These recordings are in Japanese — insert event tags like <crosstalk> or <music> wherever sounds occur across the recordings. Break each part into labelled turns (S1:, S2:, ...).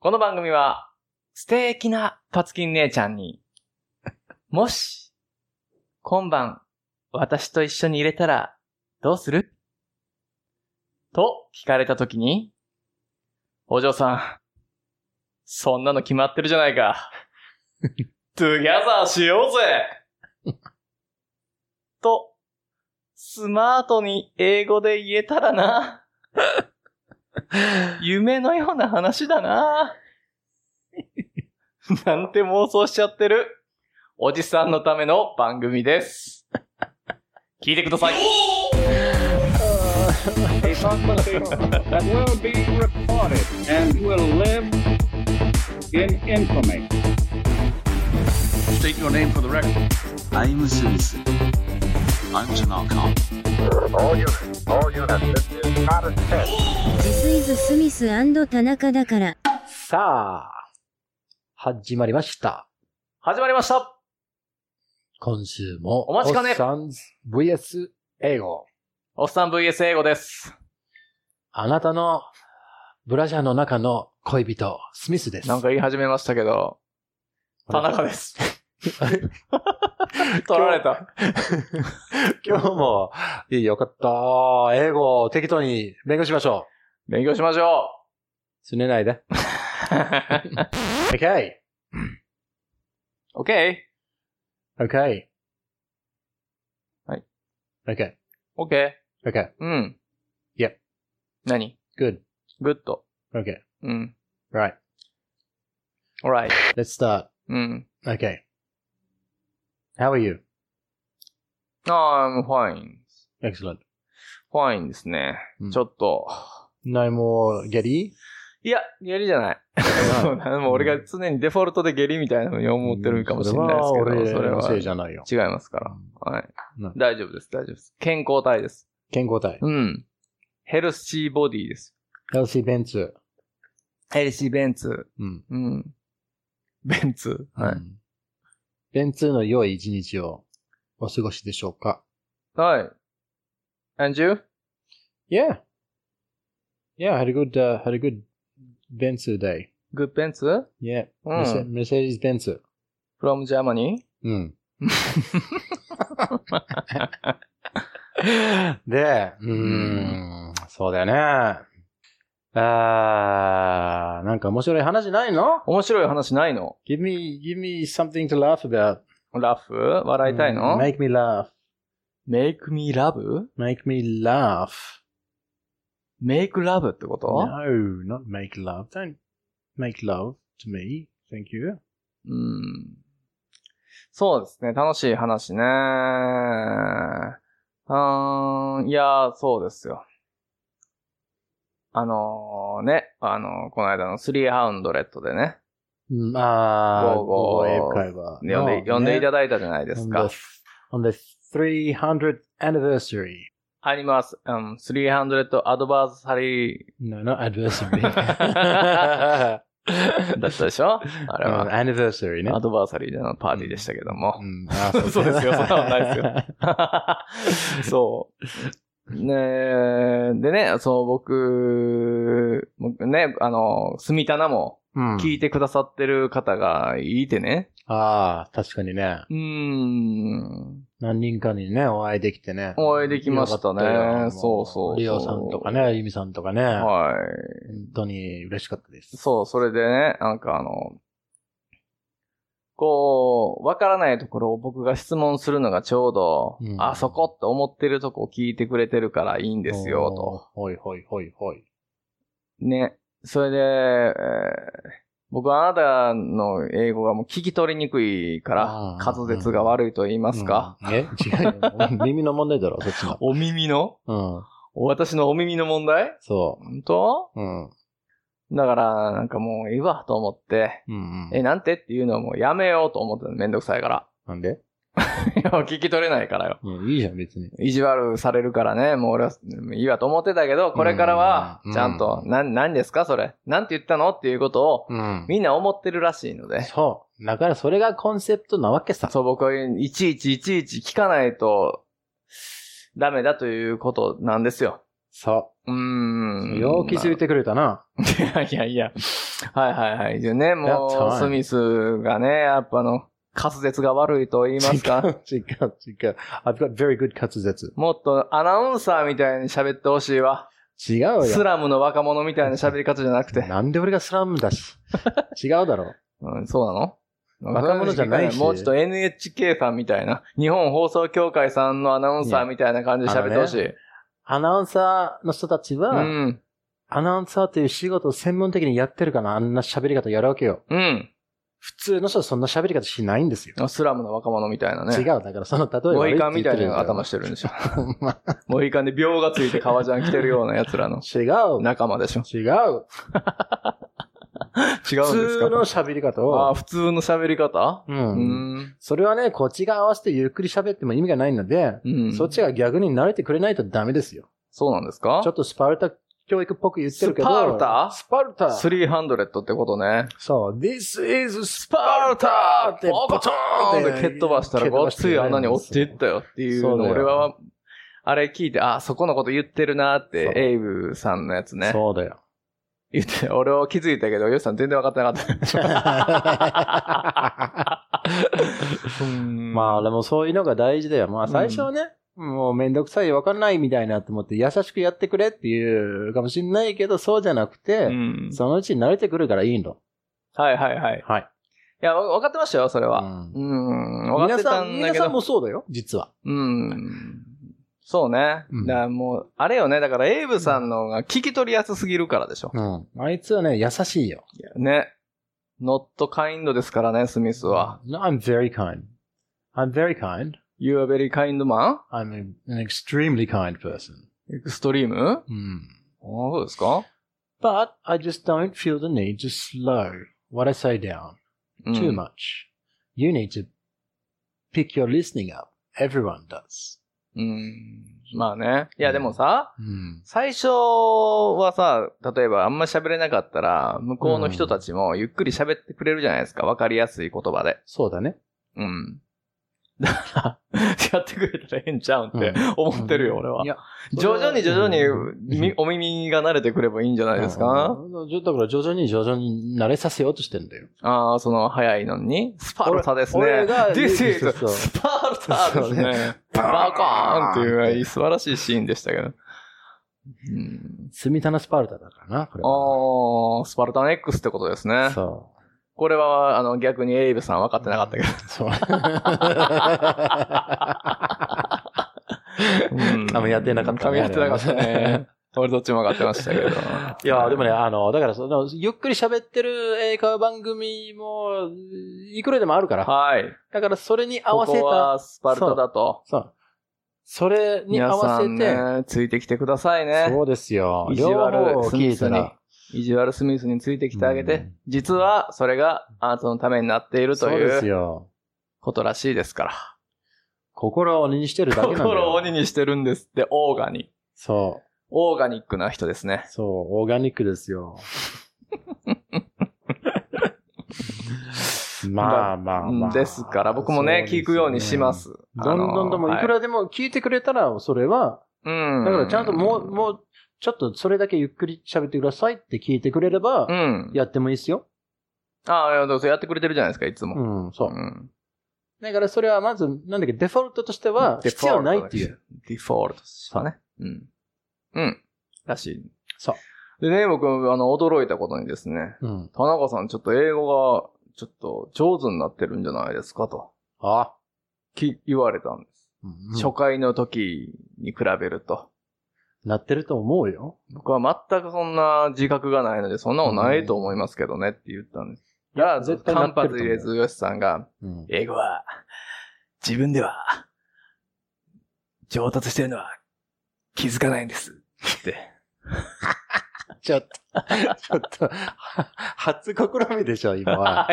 S1: この番組は、素敵なパツキン姉ちゃんに、もし、今晩、私と一緒に入れたら、どうすると聞かれたときに、お嬢さん、そんなの決まってるじゃないか。トゥギャザーしようぜと、スマートに英語で言えたらな。夢のような話だな。 <laughs> なんて妄想しちゃってる、おじさんのための番組です。聞いてください。<laughs>
S2: a conversation that will be recorded and will live in infamy. State your name for the record.
S3: I'm Smith. I'm Tanaka.
S4: All units, all units, this is not a test.
S5: ジスイズ・スミス田中だから。
S6: さあ、始まりました。
S1: 始まりました。
S6: 今週も、
S1: お待ちかね
S6: おっさん VS 英語。
S1: おっさん VS 英語です。
S6: あなたのブラジャーの中の恋人、スミスです。
S1: なんか言い始めましたけど、田中です。取られた。
S6: <laughs> 今日も、いいよかった。英語を適当に勉強しましょ
S1: 勉強しましょ
S6: う。すねないで。OK!
S1: う。OK? <laughs>
S6: OK!
S1: はい。
S6: OK!
S1: OK?
S6: OK!
S1: うん。
S6: Yep.
S1: 何
S6: Good!
S1: ?good.
S6: OK!
S1: うん。
S6: Right!
S1: alright.
S6: Let's start!
S1: うん。
S6: OK! How are you?
S1: I'm fine.
S6: Excellent!
S1: fine ですね。
S6: うん
S1: ちょっと。
S6: 何も、ゲリー
S1: いや、下痢じゃない。そうなのもう俺が常にデフォルトで下痢みたいなのに思ってるかもしれないですけど、そ
S6: そ
S1: れ
S6: れは俺の
S1: は
S6: せいじゃないよ。
S1: 違いますから。はい
S6: な。
S1: 大丈夫です、大丈夫です。健康体です。
S6: 健康体。
S1: うん。ヘルシーボディです。
S6: ヘルシーベンツ。
S1: ヘルシーベンツ。
S6: うん。
S1: うん。ベンツ。は
S6: う
S1: い。
S6: んベンツの良い一日をお過ごしでしょうか
S1: はい。And you?
S6: ?Yeah! Yeah, had a good,、uh, had a good ベンツ day.
S1: Good ベンツ
S6: Yeah.
S1: う
S6: メセ
S1: ん。
S6: メセディスベンツ。
S1: from Germany?
S6: <laughs> うん。で、うーん、そうだよね。あー、なんか面白い話ないの
S1: 面白い話ないの
S6: ?give me, give me something to laugh about.
S1: ラフ笑いたいの、
S6: うん ?make me laugh.
S1: ?make me love?make
S6: Make me laugh.
S1: love ってこと、
S6: No, not make love. Don't make love to me. Thank you.
S1: うん。そうですね。楽しい話ね。うーん。いやー、そうですよ。あのー、ね。あのー、この間の300でね、
S6: うんああ、
S1: ゴーゴー
S6: 英会話
S1: 呼んで、呼んでいただいたじゃないですか。
S6: On the, on the 300th anniversary.
S1: あります。うん、300アドバーサリー
S6: No,
S1: <laughs>
S6: not <laughs> adversary.
S1: だったでしょあれは。
S6: anniversary ね。
S1: アドバーサリーでのパーティーでしたけども
S6: う。んあ
S1: <laughs>
S6: ー
S1: そう
S6: <laughs>
S1: ですよそんなことないですよ。 <laughs> そう。ねえでね、そう、僕、僕ね、あの、住棚も
S6: うん
S1: 聞いてくださってる方がいてね。
S6: ああ、確かにね。
S1: うーん。
S6: 何人かにね、お会いできてね。
S1: お会いできましたね
S6: よかったよ
S1: そうそうそう
S6: リオさんとかね、ユミさんとかね。本
S1: はい。
S6: 当に嬉しかったです。
S1: そう、それでね、なんかあの、こう、わからないところを僕が質問するのがちょうど、
S6: うん
S1: あそこって思ってるとこを聞いてくれてるからいいんですよ、と。
S6: おー。ほいほいほいほい。
S1: ね。それで、えー僕はあなたの英語がもう聞き取りにくいか
S6: う
S1: ら
S6: ん、
S1: 滑舌が悪いと言いますか、
S6: うんえ違うよ。耳の問題だろ、そっち
S1: <laughs>
S6: の。
S1: お耳の
S6: うん。
S1: 私のお耳の問題
S6: そ
S1: 本当
S6: う。うん。うん
S1: だから、なんかもういいわと思って、
S6: うん。
S1: え、なんてっていうのはもうやめようと思ってためんどくさいから。 <laughs>
S6: なんで
S1: いや、聞き取れないからよ。
S6: うん、いいじゃん、別に。
S1: 意地悪されるからね、もう俺はうんいいわと思ってたけど、これからは
S6: う、ん
S1: ちゃんと、な、何ですかそれ。なんて言ったのっていうことを、
S6: うん。
S1: みんな思ってるらしいので。
S6: そう。だから、それがコンセプトなわけさ。
S1: そう、僕はいちいちいちいち聞かないとダメだということなんですよ。
S6: そう
S1: ー
S6: う。
S1: ん。
S6: よう気づいてくれたな。
S1: いやいやいや。はいはいはい。じゃあね、
S6: やった
S1: も
S6: わ
S1: う、スミスがね、やっぱあの、滑舌が悪いと言います
S6: <laughs>
S1: か。
S6: 違う、違う。I've got very good 滑舌。
S1: もっとアナウンサーみたいに喋ってほしいわ。
S6: 違うよ。
S1: スラムの若者みたいな喋り方じゃなくて。
S6: なんで俺がスラムだ
S1: <laughs>
S6: し。違うだろ。
S1: うん、そうなの
S6: 若者じゃないし
S1: もうちょっと NHK さんみたいな、日本放送協会さんのアナウンサーみたいな感じで喋ってほしい。
S6: アナウンサーの人たち
S1: う
S6: は、
S1: ん。
S6: アナウンサーという仕事を専門的にやってるからあんな喋り方やるわけよ。
S1: うん。
S6: 普通の人はそんな喋り方しないんですよ。
S1: スラムの若者みたいなね。
S6: 違う。だからその例え
S1: モ
S6: 悪い
S1: ヒ
S6: って
S1: カ
S6: 言
S1: ン
S6: っ
S1: み
S6: て
S1: た
S6: る
S1: い
S6: んだよ
S1: な頭してるんでしょ。
S6: <laughs> ほんま
S1: モヒカンで病がついて革ジャン着てるような奴らの
S6: 違う。
S1: 仲間でしょ。
S6: 違う。
S1: 違う
S6: 普
S1: んですか
S6: 通の喋り方
S1: あ
S6: を。
S1: 普通の喋り方
S6: う。
S1: うんん。
S6: それはね、こっちが合わせてゆっくり喋っても意味がないので、
S1: うん。
S6: そっちが逆に慣れてくれないとダメですよ。
S1: そうなんですか
S6: ちょっとスパルタ教育っぽく言ってるけど。
S1: スパルタ
S6: スパルタ
S1: ?300 ってことね。
S6: そう。This is ス
S1: パルタ
S6: ってボトーン
S1: で蹴っ飛ばしたらごっつい穴に落ちていったよっていうの
S6: そうだよ
S1: 俺は、あれ聞いて、あ、そこのこと言ってるなっ
S6: そう
S1: て、エイブさんのやつね。
S6: そう
S1: <laughs>
S6: だよ。
S1: 言って、俺は気づいたけど、ヨシさん全然分かってなかった。
S6: まあでもそういうのが大事だよ。まあ最初はね、もうめんどくさい、わかんないみたいなと思って優しくやってくれっていうかもしんないけど、そうじゃなくて、
S1: うん
S6: そのうち慣れてくるからいいの。
S1: はいはいはい。
S6: はい。
S1: いや、分かってましたよ、それは。
S6: う
S1: うん。
S6: ん、
S1: 分かっ
S6: 皆
S1: て
S6: さ
S1: た
S6: ん、
S1: んだ
S6: 皆
S1: け
S6: さん
S1: ど。
S6: もそうだよ、実は。
S1: うん。そうね。
S6: うん
S1: だからもう、あれよね。だから、エイブさんのが聞き取りやすすぎるからでしょ。
S6: うん。あいつはね、優しいよ。
S1: ね。ノットカインドですからね、スミスは。
S6: No, I'm very kind. I'm very kind.
S1: You are very kind man?
S6: I'm a- an extremely kind person.
S1: エクストリーム
S6: Mm.
S1: あそうですか
S6: But I just don't feel the need to slow what I say down
S1: うん
S6: too much. You need to pick your listening up. Everyone does.
S1: うん。まあね。いや、
S6: うん
S1: でもさ、
S6: Mm.
S1: 最初はさ、例えばあんま喋れなかったら、向こうの人たちもゆっくり喋ってくれるじゃないですか。わかりやすい言葉で。
S6: そうだね。
S1: うん。だから、やってくれたらええんちゃうんって
S6: うん。
S1: 思ってるよ、俺はい
S6: や、
S1: 徐々に徐々に
S6: うん
S1: みお耳が慣れてくればいいんじゃないですか
S6: うん Hmm. だから徐々に徐々に慣れさせようとしてんだよ。
S1: ああ、その早いのに。スパルタですね。
S6: 俺俺が
S1: This is
S6: そうそう
S1: スパルタですね。バカーンっていう素晴らしいシーンでしたけど。うん、
S6: スミタナスパルタだからな、これは。
S1: ああ、スパルタン X ってことですね。
S6: そ <laughs>
S1: これは、あの、逆にエイブさん分かってなかったけど。
S6: う。そう。
S1: うん
S6: 噛み合ってなかった
S1: 噛
S6: ね
S1: み合ってなかったね。俺どっちも分かってましたけど。
S6: いや、でもね、あの、だから、その、ゆっくり喋ってる映画番組も、いくらでもあるから。
S1: はい。
S6: だから、それに合
S1: こ
S6: わせ
S1: こ
S6: た。
S1: はスパルタだと。
S6: そう。それに合
S1: 皆
S6: わ
S1: さ
S6: せ
S1: ん
S6: て。
S1: ね、ついてきてくださいね。
S6: そうですよ。
S1: 意地
S6: 両方
S1: 悪
S6: を聞いたら。
S1: 意地悪スミスについてきてあげ
S6: う
S1: て
S6: ん、
S1: 実はそれがあなたのためになっていると
S6: そうです
S1: いう
S6: よ。
S1: ことらしいですから。
S6: 心を鬼にしてるだけなんだよ。
S1: 心を鬼にしてるんですって、オーガニ。
S6: そう。
S1: オーガニックな人ですね。
S6: そう、オーガニックで
S1: <laughs>
S6: すよ。まあまあまあ。
S1: ですから、僕もね、
S6: そうです
S1: 聞くようにしま。す。
S6: どんどんどんもういく
S1: ら、
S6: らでも聞いてくれたら、それは、
S1: うん。
S6: だからちゃんともう、もう、ちょっとそれだけゆっくり喋ってくださいって聞いてくれれば
S1: う、ん。
S6: やってもいいですよ。
S1: ああ、いやどうせやってくれてるじゃないですか、いつも。
S6: うん、そうう。
S1: ん
S6: だからそれはまず、なんだっけ、デフォルトとしては、必要ないっていう。。
S1: デフォルトですかね。うん。うん。らしい。。
S6: そう
S1: でね、僕、あの、驚いたことにですね、
S6: うん。
S1: 田中さん、ちょっと英語が、ちょっと上手になってるんじゃないですかと、
S6: あ。
S1: き言われたんです。
S6: うん
S1: 初回の時に比べると。
S6: なってると思うよ。
S1: 僕は全くそんな自覚がないので、そんなもんないと思いますけどねって言ったんです。だから、
S6: 絶
S1: 絶
S6: 対
S1: 対
S6: なってる
S1: 間
S6: と思う
S1: 髪入れず、ヨシさんが、
S6: うん。
S1: 英語は、自分では、上達してるのは気づかないんです。って。
S6: <laughs> ちょっと、ちょっと、は初試みでしょ、今は。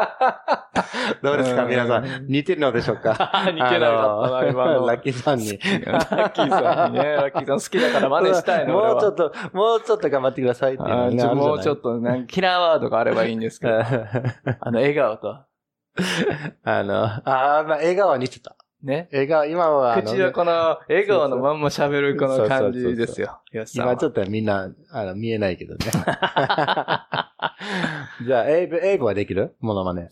S6: <laughs> どうですか、
S1: うん
S6: 皆さん。似てるのでしょうか
S1: <laughs> 似てなかったな、今の。
S6: ラッキーさんに。
S1: <laughs> ラッキーさ
S6: <laughs>
S1: んにね、ラッキーさん好きだから真似したいの。
S6: もうちょっ
S1: と。
S6: と、もうちょっと頑張ってくださいっていう
S1: あ
S6: の
S1: ー
S6: ね
S1: ちょもうちょ
S6: と。
S1: っと、なんかキラーワードがあればいいん
S6: <laughs>
S1: ですけど、あの、笑顔と、
S6: あの、あーまあ、笑顔は似てた。
S1: ね。
S6: 笑顔、今はあの、
S1: 口のこの笑顔のまんま喋るこの感じですよ。
S6: 今ちょ
S1: っ
S6: っとみんな、あの、見えないけどね。 <laughs> じゃあ、英語、英語はできるモノマネ。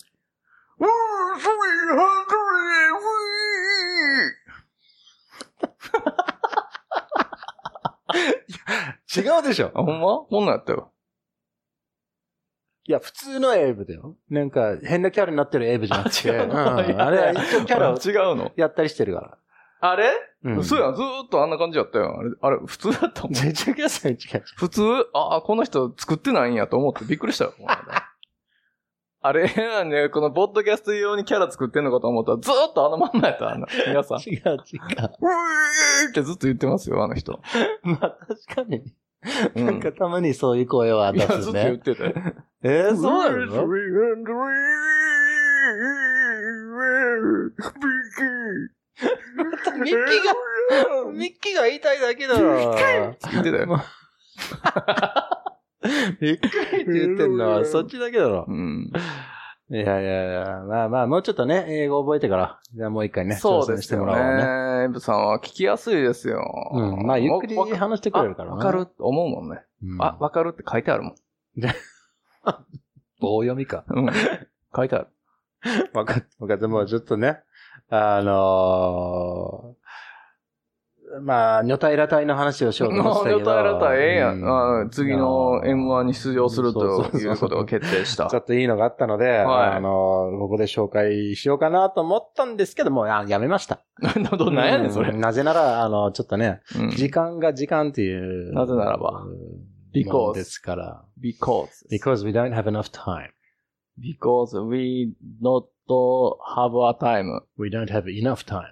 S6: 違うでしょ
S1: と。ほんまこんなんやったよ。
S6: いや、普通の英語だよ。なんか、変なキャラになってる英語じゃなくて。
S1: あ違う
S6: うん
S1: の
S6: あれ、一応キャラを
S1: 違うの
S6: やったりしてるから。
S1: あれ
S6: うん
S1: そうやん、ずーっとあんな感じやったよ。あれ、あれ、普通だったもん。
S6: 全然違う、違う、違う。
S1: 普通、ああ、この人作ってないんやと思ってびっくり <laughs> したよ。この間あれ、なんね、このボッドキャスト用にキャラ作ってんのかと思ったら、ずーっとあのまんまやった、あの皆 <laughs> さん。う
S6: 違う、違う。
S1: ーってずっと言ってますよ、あの人。
S6: まあ、確かに。
S1: うん
S6: なんかたまにそういう声は
S1: あい
S6: 出
S1: や、ず
S6: す
S1: っと言っ
S6: ね。
S1: てたよ。
S6: えー、そうなのミッキーが、ミッキーが言いたいだけだ
S1: <laughs>
S6: ろ。
S1: 言ってたよ。
S6: びっくりって言ってんのは、そっちだけだろ
S1: う。ん。
S6: いやいやいや、まあまあ、もうちょっとね、英語覚えてから、じゃあもう一回ね、
S1: そう
S6: 挑
S1: で
S6: 戦し
S1: す
S6: て
S1: よ
S6: もらおうね。
S1: ね。エブさんは聞きやすいですよ。
S6: うん、まあ、ゆっくり
S1: わわ
S6: 話してくれるから
S1: あ
S6: な
S1: わかるって思うもんね。
S6: うん
S1: あ、わかるって書いてあるもん。
S6: 棒読みか。
S1: うん。書いてある。
S6: わかっわかった。もうちょっとね、あのー、まあ、女体裸体の話をしようと思ってたけど。
S1: 女体らたええやん。
S6: う
S1: あ次の M1 に出場すると
S6: そうそうそう
S1: いうことが決定した
S6: ちょ。っといいのがあったので、
S1: はい
S6: あのー、ここで紹介しようかなと思ったんですけども、あやめました。
S1: などなんやねん、それ
S6: う。なぜなら、あの、ちょっとね、
S1: うん
S6: 時間が時間っていう。
S1: なぜならば
S6: うん。
S1: Because
S6: もんですから。
S1: because.
S6: because we don't have enough time.
S1: Because we not have a time.
S6: We don't have enough time.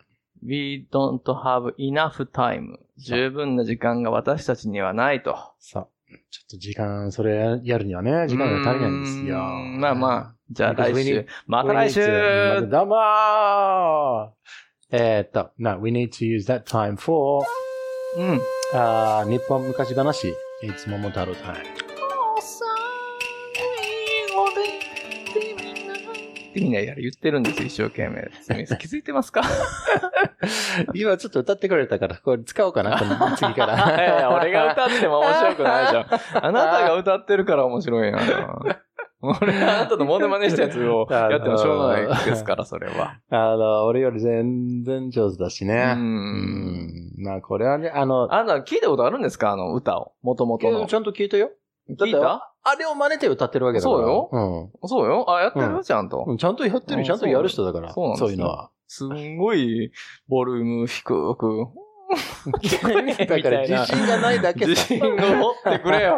S1: We don't have enough time. 十分な時間が私たちにはないと。
S6: さあ、ちょっと時間、それやるにはね、時間が足りないんですよ
S1: う。ーんまあまあ。。じゃあ
S6: Because
S1: 来
S6: we
S1: 週
S6: need-。
S1: また来週
S6: We need to- どうもーえーっと、な、we need to use that time for,
S1: うん。
S6: あー日本昔話、いつもも太郎タイム。
S1: ってみんなやる言ってるんですよ、一生懸命。スミス気づいてますか
S6: 今ちょっと歌ってくれたから、これ使おうかな、 <laughs> この次から。
S1: いやいや俺が歌っても面白くないじゃ
S6: <laughs>
S1: ん。あなたが歌ってるから面白いな。俺、あなたのモノマネしたやつをやってもしょうがないですから、それは。
S6: あの、俺より全然上手だし
S1: う。
S6: ね。うんまあ、これはね、あの、
S1: あなた聞いたことあるんですかあの歌を。もともとの。
S6: ゃんと聞いたよ。だっ
S1: 聞い
S6: て
S1: た
S6: あれを真似て歌ってるわけだから。
S1: そう
S6: よ。
S1: そうよ。あ、やって
S6: う
S1: るちゃんと
S6: うん。。ちゃんとやって
S1: う
S6: る、
S1: ん
S6: ちゃんとやる人だから。
S1: そうなんですよ
S6: そういうのは。
S1: すんごい、ボリューム低く。
S6: <laughs> だから自信がないだけ
S1: 自信を持ってくれよ。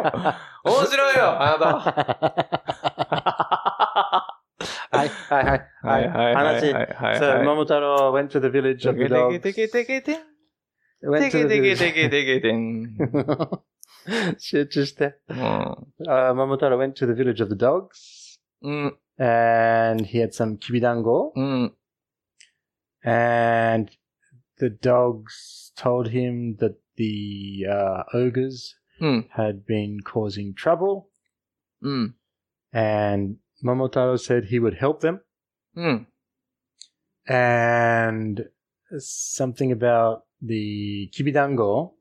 S1: 面白いよ、あなた。
S6: はい、はい、はい。話。
S1: はいはい
S6: そ
S1: は
S6: う
S1: い。
S6: 桃太郎 went to the village of the dogs.
S1: テケテケテケテケテンテ
S6: Went
S1: ケ
S6: to the
S1: テケ
S6: village.
S1: テケテケテン。
S6: <laughs> 集中して。
S1: うん。
S6: あー桃太郎 went to the village of the dogs.
S1: うん。
S6: And he had some kibi dango.
S1: うん。
S6: And the dogs told him that the uh, ogres
S1: うん。
S6: had been causing trouble.
S1: うん。
S6: And Momotaro said he would help them.
S1: うん。
S6: And something about the kibidango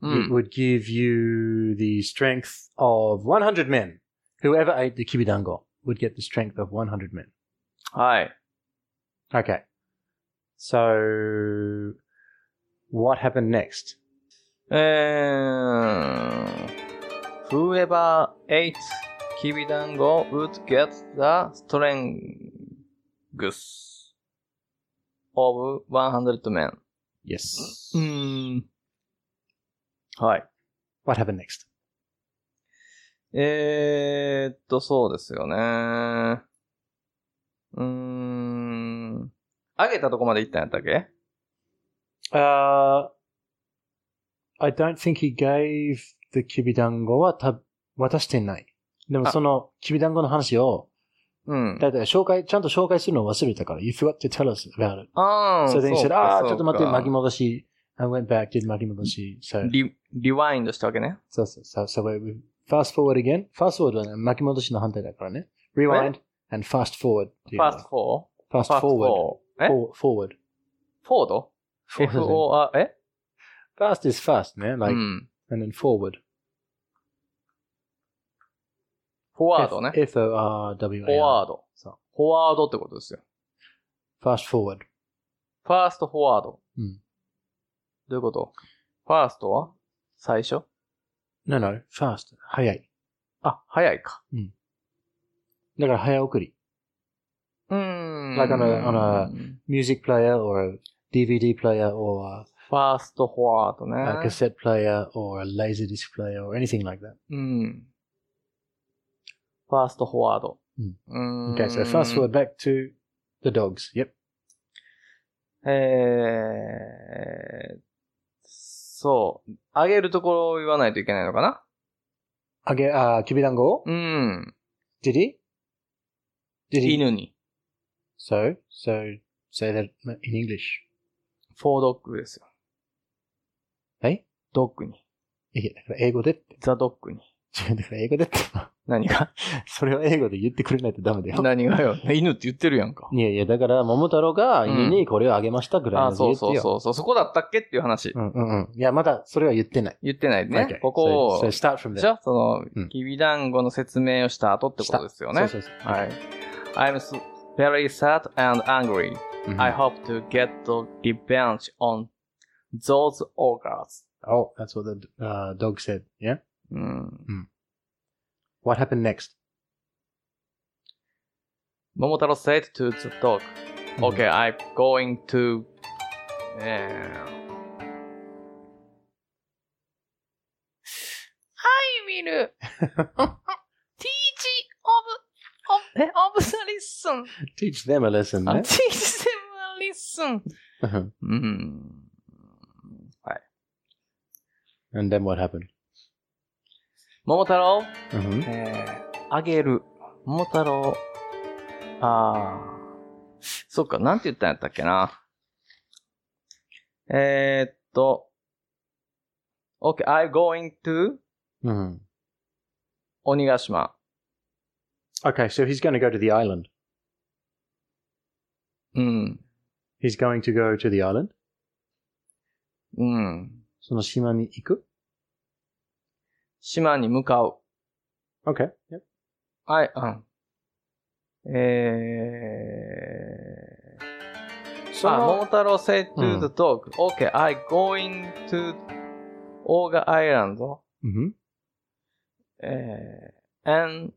S1: う
S6: it
S1: ん。
S6: would give you the strength of 100 men. Whoever ate the kibidango would get the strength of 100 men.
S1: はい。
S6: Okay. So what happened next?
S1: えー。Whoever ate きびだんご would get the strength of 100 men.
S6: Yes.
S1: うん。はい。
S6: What happened next?
S1: えーっと、そうですよね。うーん。あげたとこまで行ったんやったっけ
S6: Uh, I don't think he gave the きびだんごはた渡してない。でも
S1: あ
S6: そのきびだんごの話を、
S1: うん。
S6: だいたい紹介、ちゃんと紹介するのを忘れたから、You forgot to tell us about it.
S1: ああ、
S6: So then he
S1: そう
S6: said,
S1: か
S6: ああ、ちょっと待って、巻き
S1: そう
S6: 戻し。I went back, did 巻き戻し。So,
S1: かリ、リワインドしたわけね。
S6: so, so, so, so we- we fast forward again. fast forward はね巻き戻しの反対だからね。rewind and fast forward.
S1: ファースト
S6: fast
S1: 4?
S6: forward. eh?
S1: え
S6: forward.
S1: ?4 ォード ?F-O-R、え
S6: Fast is fast, ね。
S1: う
S6: Like,
S1: ん。
S6: and then forward.
S1: フォワードね。フォ
S6: F-O-R-W-A-R.
S1: ワード。
S6: そう
S1: フォワードってことですよ。
S6: Fast forward.
S1: ファーストフォワード。
S6: うん
S1: どういうことファーストは最初
S6: No, no, fast. 早い。
S1: あ、早いか。
S6: だから早送り。
S1: うーん。
S6: Like on a- on a- Music player or a DVD player or a
S1: ファーストフォワード
S6: a
S1: ね。
S6: cassette player or a laser disc player or anything like that.
S1: うん。ファーストフォワード。
S6: うん
S1: うーん。
S6: Okay, so fast forward back to the dogs. Yep.
S1: えー、そう。上げるところを言わないといけないのかな
S6: Okay, uh, きびだんご
S1: うん。
S6: Did he? Did he?
S1: 犬に。
S6: So, so, say that in English. <laughs>
S1: フォードッグですよ。
S6: え
S1: ドッグに。
S6: いや、だから英語でって。 <laughs>
S1: ザドッグに。
S6: 違うだから英語でって。
S1: 何が
S6: それを英語で言ってくれないとダメだよ。
S1: 何がよ。犬って言ってるやんか。
S6: いやいや、だから、桃太郎が犬にこれをあげましたぐらい
S1: あ、
S6: の
S1: そ
S6: 言
S1: う
S6: って
S1: そう
S6: よ。
S1: そうそう。そこだったっけっていう話。
S6: うんうんうん。いや、まだそれは言ってない。
S1: 言ってないね。
S6: Okay.
S1: ここを
S6: So, so、start from
S1: で
S6: there.
S1: しょそ
S6: うん
S1: の、きびだんごの説明をした後ってことですよね
S6: そ。うそうそう。
S1: はい。I'm s- very sad and angry.
S6: うん
S1: I hope to get the revenge on those ogres.
S6: Oh, that's what the uh, dog said. Yeah?
S1: うん。
S6: What happened next?
S1: 桃太郎 said to the dog, Okay, I'm going to, eh, I
S6: <laughs>
S1: will teach of, of, of the lesson.
S6: Teach them a lesson, Uh-huh.
S1: あ
S6: ね
S1: teach them a lesson.
S6: うん
S1: うん。
S6: And then what happened? Uh-huh.
S1: 桃太郎、
S6: うん
S1: えー、あげる。桃太郎、あー、そっか、なんて言ったんやったっけな。えー、っと、Okay, I'm going to
S6: うん。
S1: 鬼ヶ島。
S6: Okay, so he's going to go to the island.
S1: うん。
S6: He's going to go to the island.
S1: うん。
S6: その島に行く
S1: 島に向かう。
S6: ?Okay. Yep.
S1: はい、うん。えー、
S6: そ
S1: あ、
S6: の
S1: 桃太郎 said
S6: うん
S1: to the dog,、okay, I going to Oga Island,
S6: うん。
S1: えー and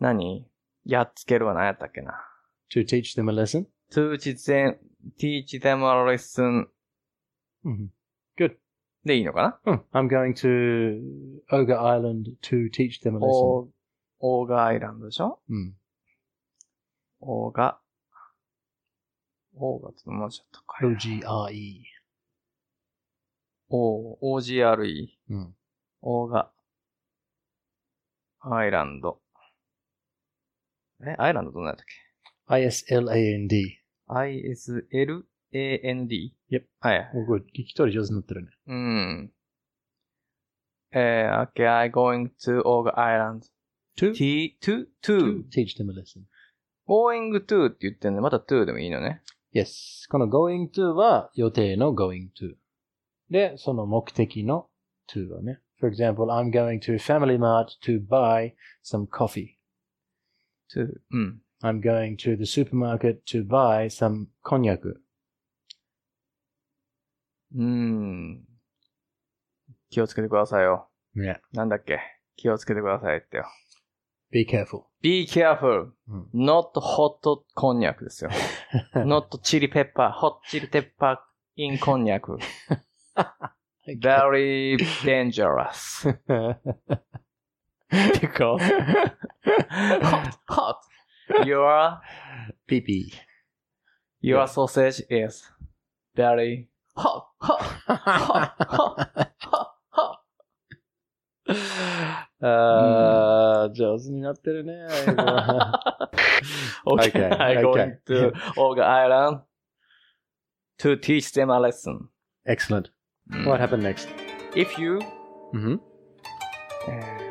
S1: 何やっつけるは何やったっけな。
S6: to teach them a lesson.
S1: to teach them, teach them a lesson
S6: うん。
S1: でいいのかな
S6: うん。I'm going to Ogre Island to teach them a lesson. Hmm.
S1: オーオーガアイランドでしょ
S6: うん。
S1: オーガ。オーガって名ちゃったかい。E.
S6: O-G-R-E.
S1: お OGRE。
S6: うん。
S1: オーガ。アイランド。え、アイランドどんなんやったっけ
S6: I-S-L-A-N-D.
S1: ?ISLAND?
S6: Yep.
S1: はい。
S6: おごい聞き取り上手になってるね。
S1: うん。えー、okay, I going to Oga Island.
S6: to,
S1: T, to, to.
S6: teach them a lesson.
S1: going to って言ってんね。また to でもいいのね。
S6: Yes. この going to は予定の going to. で、その目的の to はね。For example, I'm going to Family Mart to buy some coffee.
S1: to, うん。
S6: I'm going to the supermarket to buy some こんにゃく。
S1: うーん。気をつけてくださいよ。
S6: ね。
S1: なんだっけ気をつけてくださいってよ。
S6: Be careful. Hmm.
S1: be careful.
S6: うん
S1: <laughs> not hot こんにゃくですよ。not chili pepper, hot chili pepper in こんにゃく。very dangerous.
S6: て <laughs> か。
S1: hot, hot. Your,
S6: ピピ
S1: your sausage is very hot, hot, hot, hot, hot, hot.
S6: あー、上手になってるね。英語は
S1: Okay, <laughs>
S6: Okay,
S1: I'm going
S6: okay.
S1: to Oga Island to teach them a lesson.
S6: <laughs> Excellent. What happened next?
S1: If you
S6: うん
S1: えー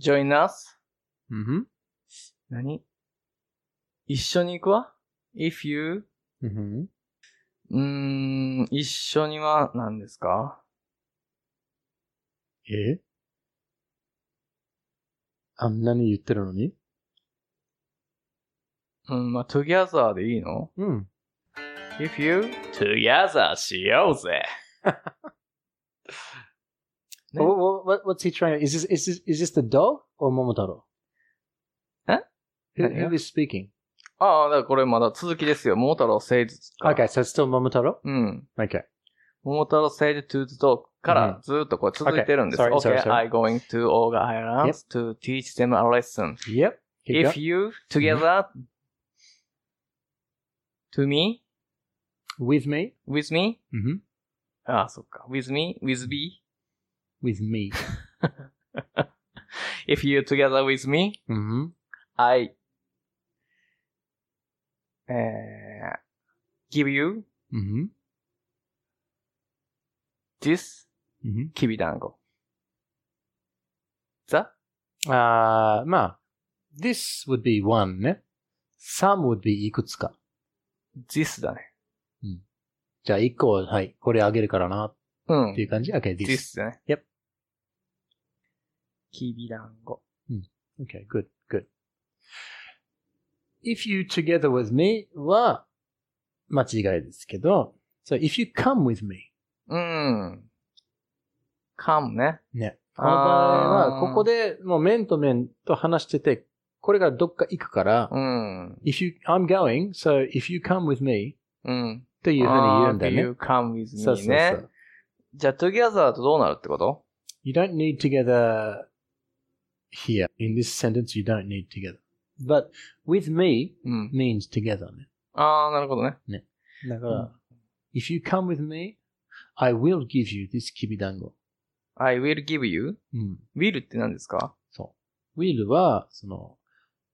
S1: Join us?
S6: うん
S1: 何一緒に行くわ ?if you,
S6: うん
S1: うーん、一緒には何ですか
S6: えあんなに言ってるのに
S1: うん、まあ、together でいいの
S6: うん。
S1: ?if you, together しようぜ。ね
S6: What, what, what's he trying to, is this, is this, is this the dog or Momotaro?
S1: え
S6: who,
S1: 何が
S6: who is speaking?
S1: ああ、だからこれまだ続きですよ。桃太郎 says から。
S6: Okay, so it's still Momotaro?
S1: うん。
S6: Okay.
S1: 桃太郎 says to the dog からずーっとこれ続いてるんです。
S6: Okay, sorry, sorry,
S1: Okay,
S6: sorry.
S1: I going to all the islands to teach them a lesson.
S6: Yep. Keep
S1: If
S6: going.
S1: you together to me,
S6: With me?
S1: with me,
S6: Mm-hmm.
S1: ああ、そっか。with me, with me,
S6: With me.
S1: if you together with me,
S6: Mm-hmm.
S1: I, えー、give you
S6: Mm-hmm.
S1: this
S6: Mm-hmm.
S1: きびだんご。the
S6: あーまあ、this would be one ね。some would be いくつか。
S1: this だね。
S6: じゃあ一個は、はい、これあげるからな、
S1: う
S6: っ
S1: ん
S6: てい。う感じ ?okay, this.
S1: this だね。
S6: Yep.
S1: きびだんご。
S6: okay, good, good. if you together with me は、間違いですけど、so if you come with me
S1: うん。かもね。
S6: ね。この場合は、ここ
S1: で。
S6: でもう面と面と話してて、これがどっか行くから
S1: う、ん。
S6: if you, I'm going, so if you come with me
S1: うん。
S6: というふうに言うんだよね
S1: You。come with
S6: そうそ
S1: me
S6: うそう
S1: ね。じゃあ、together だとどうなるってこと
S6: You don't need together here. In this sentence, you don't need together. But with me
S1: うん。
S6: means together. ね
S1: ああ、なるほどね。
S6: だから、if you come with me, I will give you this きびだんご。
S1: I will give you.
S6: うん。
S1: will って何ですか
S6: そう。will は、その、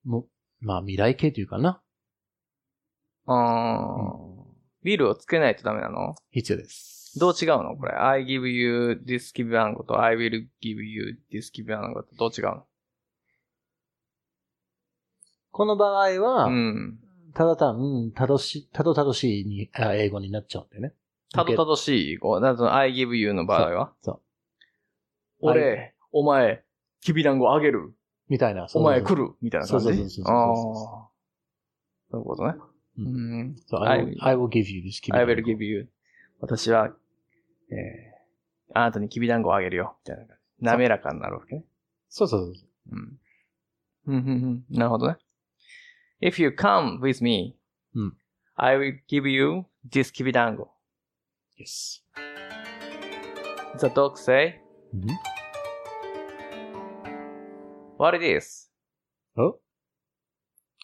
S6: もまあ未来形というかな。
S1: ああ。will をつけないとダメなの
S6: 必要です。
S1: どう違うのこれ。I give you this キビアンゴと I will give you this キビアンゴとどう違うの
S6: この場合は、
S1: うん。
S6: ただ単、たどし、たどたどしいにあ英語になっちゃうんだよね。
S1: たどたどしい語。なぞ I give you の場合は
S6: そうそう
S1: 俺、
S6: は
S1: お前、きびだんごあげる。
S6: みたいな。
S1: お前来
S6: る。
S1: る。みたいな感じ。
S6: そうそうそうそうそう
S1: ああ。そういうことね。
S6: う
S1: うん。
S6: そう I will, I will give you this きびだ
S1: I
S6: んご。
S1: will give you. 私は、えー、あなたにきびだんごをあげるよ。みたいな感じ。滑らかになるわけね。
S6: そうそうそう。
S1: うん。うん、うん、うん。なるほどね。If you come with me,
S6: うん
S1: I will give you this きびだんご。
S6: Yes.
S1: The dog say,
S6: うん
S1: what it is?
S6: Oh.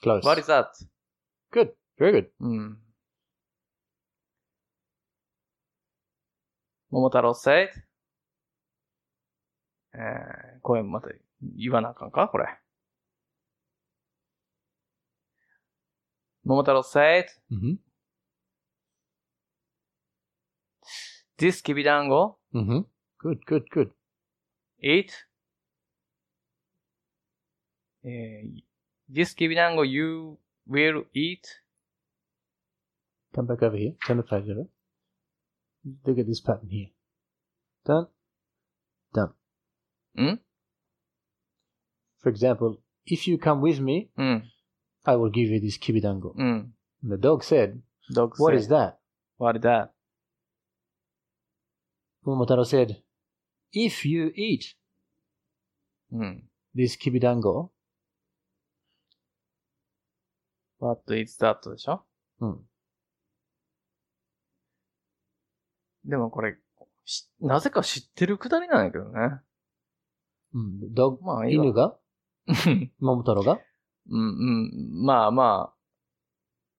S6: Close.
S1: What is that?
S6: good? Very good.
S1: うん。桃太郎 said, えー、声また言わなあかんかこれ。桃太郎 said,
S6: Mm-hmm.
S1: this きびだんご
S6: Mm-hmm. Good, good, good.
S1: It? えー、this きびだんご you will eat?
S6: Come back over here. Turn the page over. Look at this pattern here. Done. Done.
S1: Hmm?
S6: For example, if you come with me,
S1: うん、
S6: I will give you this kibidango.
S1: うん。
S6: The dog said,
S1: dog
S6: What
S1: said,
S6: is that?
S1: What is that?
S6: Momotaro said, If you eat
S1: うん。
S6: this kibidango,
S1: What is that? でしょ
S6: うん。
S1: でもこれ、しなぜか知ってるくだりなんやけどね。
S6: うん、dog, mm,
S1: まあいいわ
S6: 犬が
S1: うん、
S6: Momotaro が
S1: うん、まあまあ、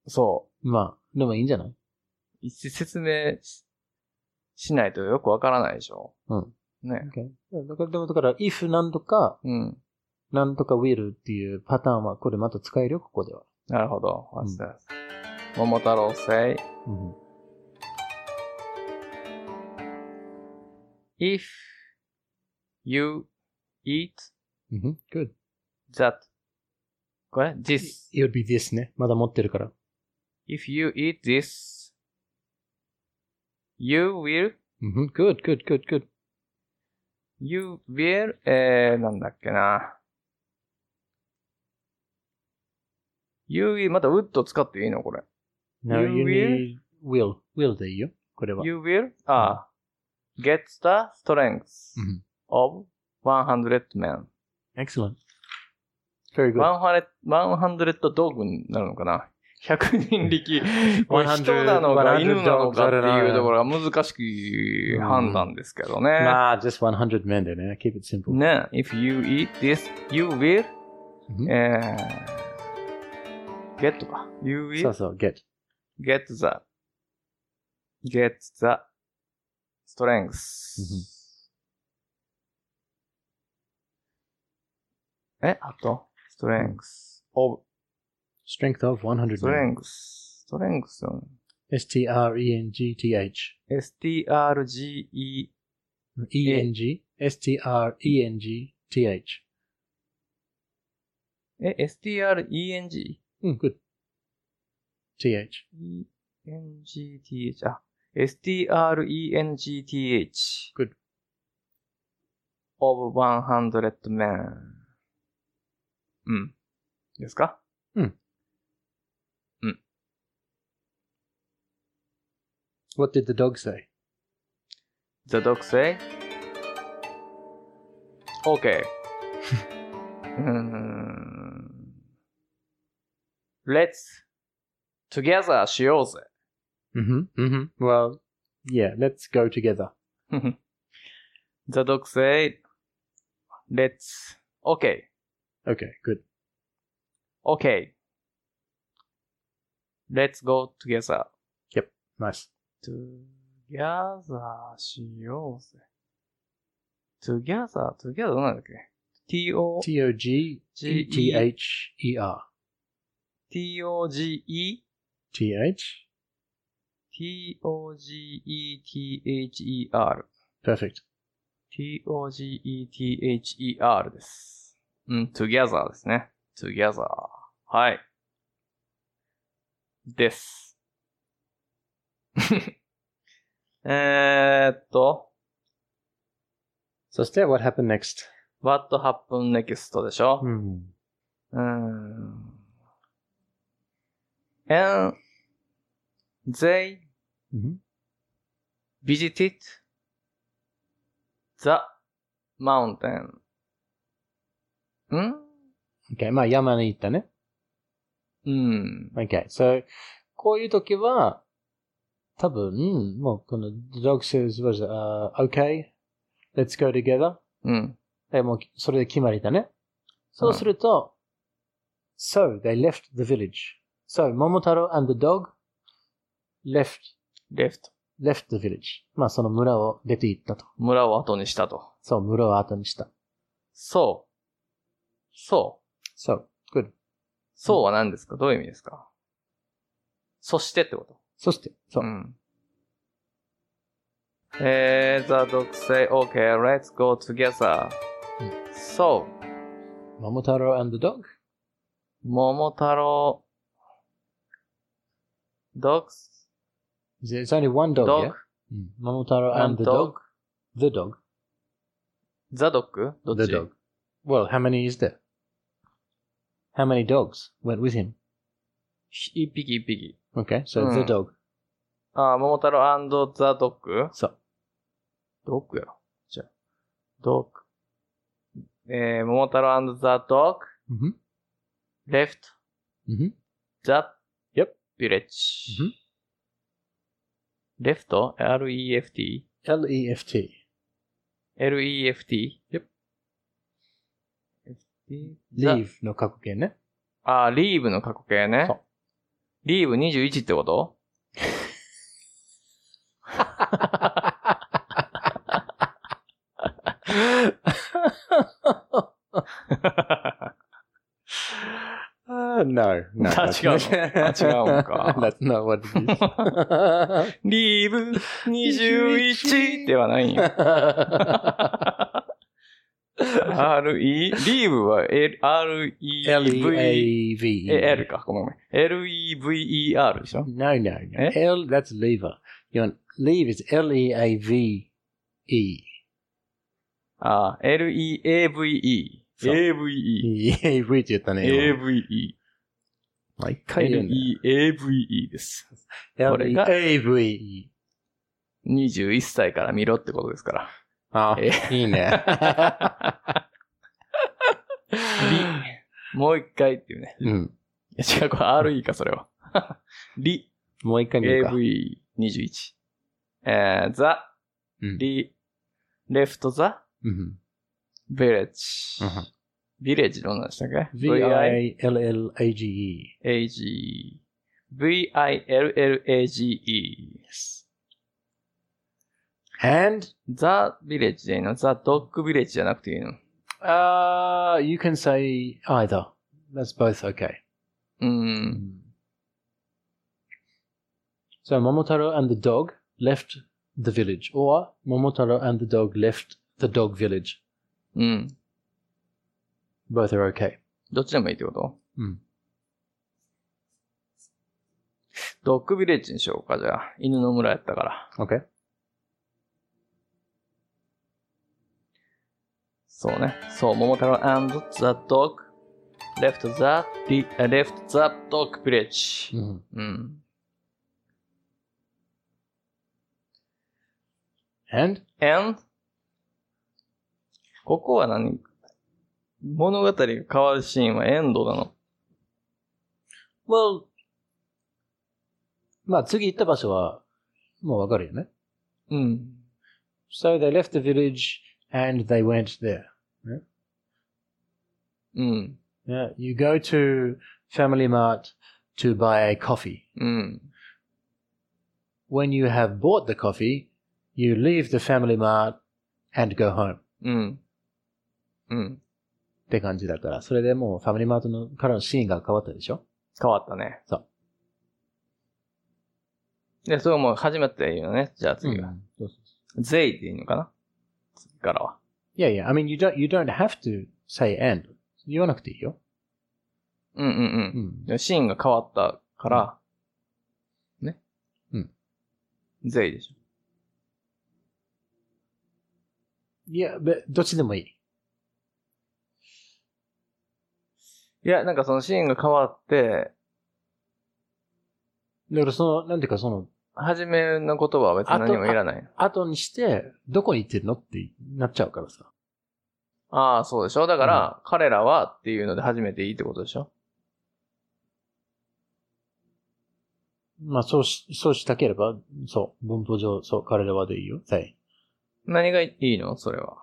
S1: そ。
S6: まあ、でもいいんじゃないう
S1: 一説明ししないとよくわからないでしょ。
S6: うん。
S1: ね。
S6: Okay. だから、でもだから、if なんとか、
S1: うん。
S6: なんとか will っていうパターンは、これまた使えるよ、ここでは。
S1: なるほど。
S6: ん
S1: What's that? 桃太郎 say,
S6: うん。
S1: if you eat
S6: Mm-hmm. Good.
S1: that これ ?this.
S6: It would be this ね。まだ持ってるから。
S1: If you eat this, you will,
S6: うん、good, Mm-hmm. good, good, good.
S1: you will, えー、なんだっけな。you will, また would 使っていいのこれ。
S6: Now
S1: You
S6: you need will. Will でいいよ。これは。
S1: you will, あ、get the strength
S6: うん
S1: of 100 men.
S6: Excellent. Very good.
S1: 100 100ドッグになるのかな ?100 人
S6: <laughs>
S1: 力。これ
S6: 100
S1: 人なのか
S6: 100
S1: 犬なのかっていうところが難し
S6: う
S1: い
S6: ん
S1: 判断ですけどね。
S6: まあ、just 100 men でね。Keep it simple.
S1: ね、if you eat this, you will,
S6: うん
S1: えー、get か。you
S6: そう
S1: will
S6: そう、get.
S1: get the, get the strength. え、あと、strength of,
S6: Strength of 100 men.
S1: strength, strength よね
S6: E S-T-R-E-N-G-T-H.
S1: strength
S6: E-N-G. E S-T-R-E-N-G-T-H.
S1: え、strength?
S6: うん、good. Mm, T-H.
S1: ength? あ、strength.
S6: Good.
S1: of 100 men. うん。ですか
S6: うん。
S1: うん。
S6: What did the dog say?
S1: The dog say? Okay. うーん Let's together しようぜ。
S6: Mm-hmm. Mm-hmm. Well, yeah, let's go together.
S1: The dog say, let's, okay,
S6: Okay, good.
S1: okay. Let's go together.
S6: Nice.
S1: together しようぜ。together, together なんだっけ ?t-o,
S6: E T-O-G-E-T-H-E-R.
S1: t-o-g-e,
S6: T-H.
S1: t-o-g-e-t-h-e-r.
S6: Perfect.
S1: t-o-g-e-t-h-e-r です。うん、together ですね。together. はい。です。 <laughs> えーっと、
S6: So, Stan, what happened next?
S1: what happened next でしょ、
S6: Hmm.
S1: うーん。and they
S6: Mhm.
S1: visited the mountain. ん
S6: Okay, まあ山に行ったね。
S1: うん。
S6: Okay, so, こういう時は、多分、もうこの The dog says, what is it, uh, okay, let's go together. Eh,
S1: うん。
S6: え、もうそれで決まりだね。そうすると、So, they left the village. So, 桃太郎 and the dog left,
S1: left.
S6: left the village. まあその村を出て行ったと。
S1: 村を後にしたと。
S6: そう、村を後にした。
S1: そう。そう。
S6: So, good.
S1: そうは何ですかどういう意味ですかそしてってこと
S6: そして、そうう。
S1: ん。えー、the dog say, okay, let's go together.
S6: うん
S1: So,
S6: 桃太郎 and the dog?
S1: 桃太郎、dogs,
S6: There's only one dog,
S1: dog,
S6: yeah? うん桃太郎 and
S1: and
S6: the
S1: dog,
S6: dog? The dog?
S1: the dog? どっ
S6: The
S1: ち
S6: dog. Well, how many is there? How many dogs went with him?
S1: 一匹一匹。
S6: Okay, so the
S1: Mm.
S6: dog.
S1: あー、桃太郎 and the dog?
S6: そう。
S1: ドッグやろ。じゃあ、ドッグ。えー、桃太郎 and the dog
S6: Mhm.
S1: left
S6: Mhm.
S1: the
S6: Yep.
S1: village.
S6: Mhm.
S1: Left? L-E-F-T?
S6: E L-E-F-T.
S1: L-E-F-T?
S6: Yep.
S1: F-T? The-
S6: leave の過去形ね。
S1: あー、leave の過去形ね
S6: そう。
S1: leave 21ってこと
S6: Uh, no, no.
S1: あ
S6: <laughs> that's-
S1: 違うのあ違うのか
S6: that's not what it is. <laughs>
S1: ?leave21 ではないんや。 R-E、リーブは L-
S6: E
S1: R-E-V-A-L
S6: L-E-A-V.
S1: か。ごめんごめん。L-E-V-E-R でしょ
S6: No, no, no.
S1: Eh?
S6: L, that's lever. You want leave is E L-E-A-V-E.
S1: あー L-E-A-V-E。
S6: そう
S1: A-V-E。
S6: A-V って言ったね。今
S1: A-V-E。
S6: まあ一回言うんだよ
S1: L-E-A-V-E です。これが
S6: L-E-A-V-E。
S1: 21歳から見ろってことですから。
S6: あ、 <laughs> いいね。
S1: リ。もう一回っていうね。
S6: うん。
S1: いや違う、これ RE か、それは。 <laughs> リ、
S6: もう一回見るか。
S1: AV21。えー、ザ、
S6: うん
S1: リ、レフトザ、
S6: うん
S1: ビレッジ
S6: うん。うん。
S1: ビレッジどんなんでしたっけ
S6: V-I-L-L-A-G-E。
S1: VILLAGE。V-I-L-L-A-G-E。
S6: And,
S1: ザ・ビレッジでいいのザ・ドッグ・ビレッジじゃなくていいの
S6: uh, you can say either. That's both okay.
S1: う
S6: Mm.
S1: ん。
S6: So Momotaro and the dog left the village, or Momotaro and the dog left the dog village.
S1: うん。
S6: Both are okay.
S1: どっちでもいいってこと
S6: うん。
S1: ドッグビレッジにしようか、じゃあ。犬の村やったから。
S6: Okay.
S1: そうね。そう、桃太郎 and the dog left the, the, left the dog village.
S6: Mm.
S1: うん。
S6: And
S1: and ここは何物語が変わるシーンはエンドなの。
S6: well, まあ次行った場所はもうわかるよね。
S1: うん。
S6: So they left the village and they went there.
S1: うん。
S6: Yeah, you go to Family Mart to buy a coffee.
S1: うん。
S6: When you have bought the coffee, you leave the Family Mart and go home.
S1: うん。うん。
S6: って感じだから、それでもうファミリーマートのからのシーンが変わったでしょ
S1: 変わったね。。
S6: そう
S1: で、それはもう始まったらいいよね。じゃあ次は。
S6: そうそうそう
S1: ゼイでいいのかな次からは。
S6: Yeah, yeah. I mean, you don't, you don't have to say and. 言わなくていいよ。
S1: うんうんうん。
S6: ん。
S1: でシーンが変わったから、ね。
S6: うん。
S1: ゼイでしょ。
S6: いや、べどっちでもいい。
S1: いや、なんかそのシーンが変わって、
S6: だからその、なんていうかその、
S1: 初めの言葉は別に何もいらない。
S6: 後にして、どこに行ってるのってなっちゃうからさ。
S1: ああー、そうでしょ。だから、彼らはっていうので初めていいってことでしょ。
S6: まあ、そうし、そうしたければ、そう、文法上、そう、彼らはでいいよ。はい。
S1: 何がいいのそれは。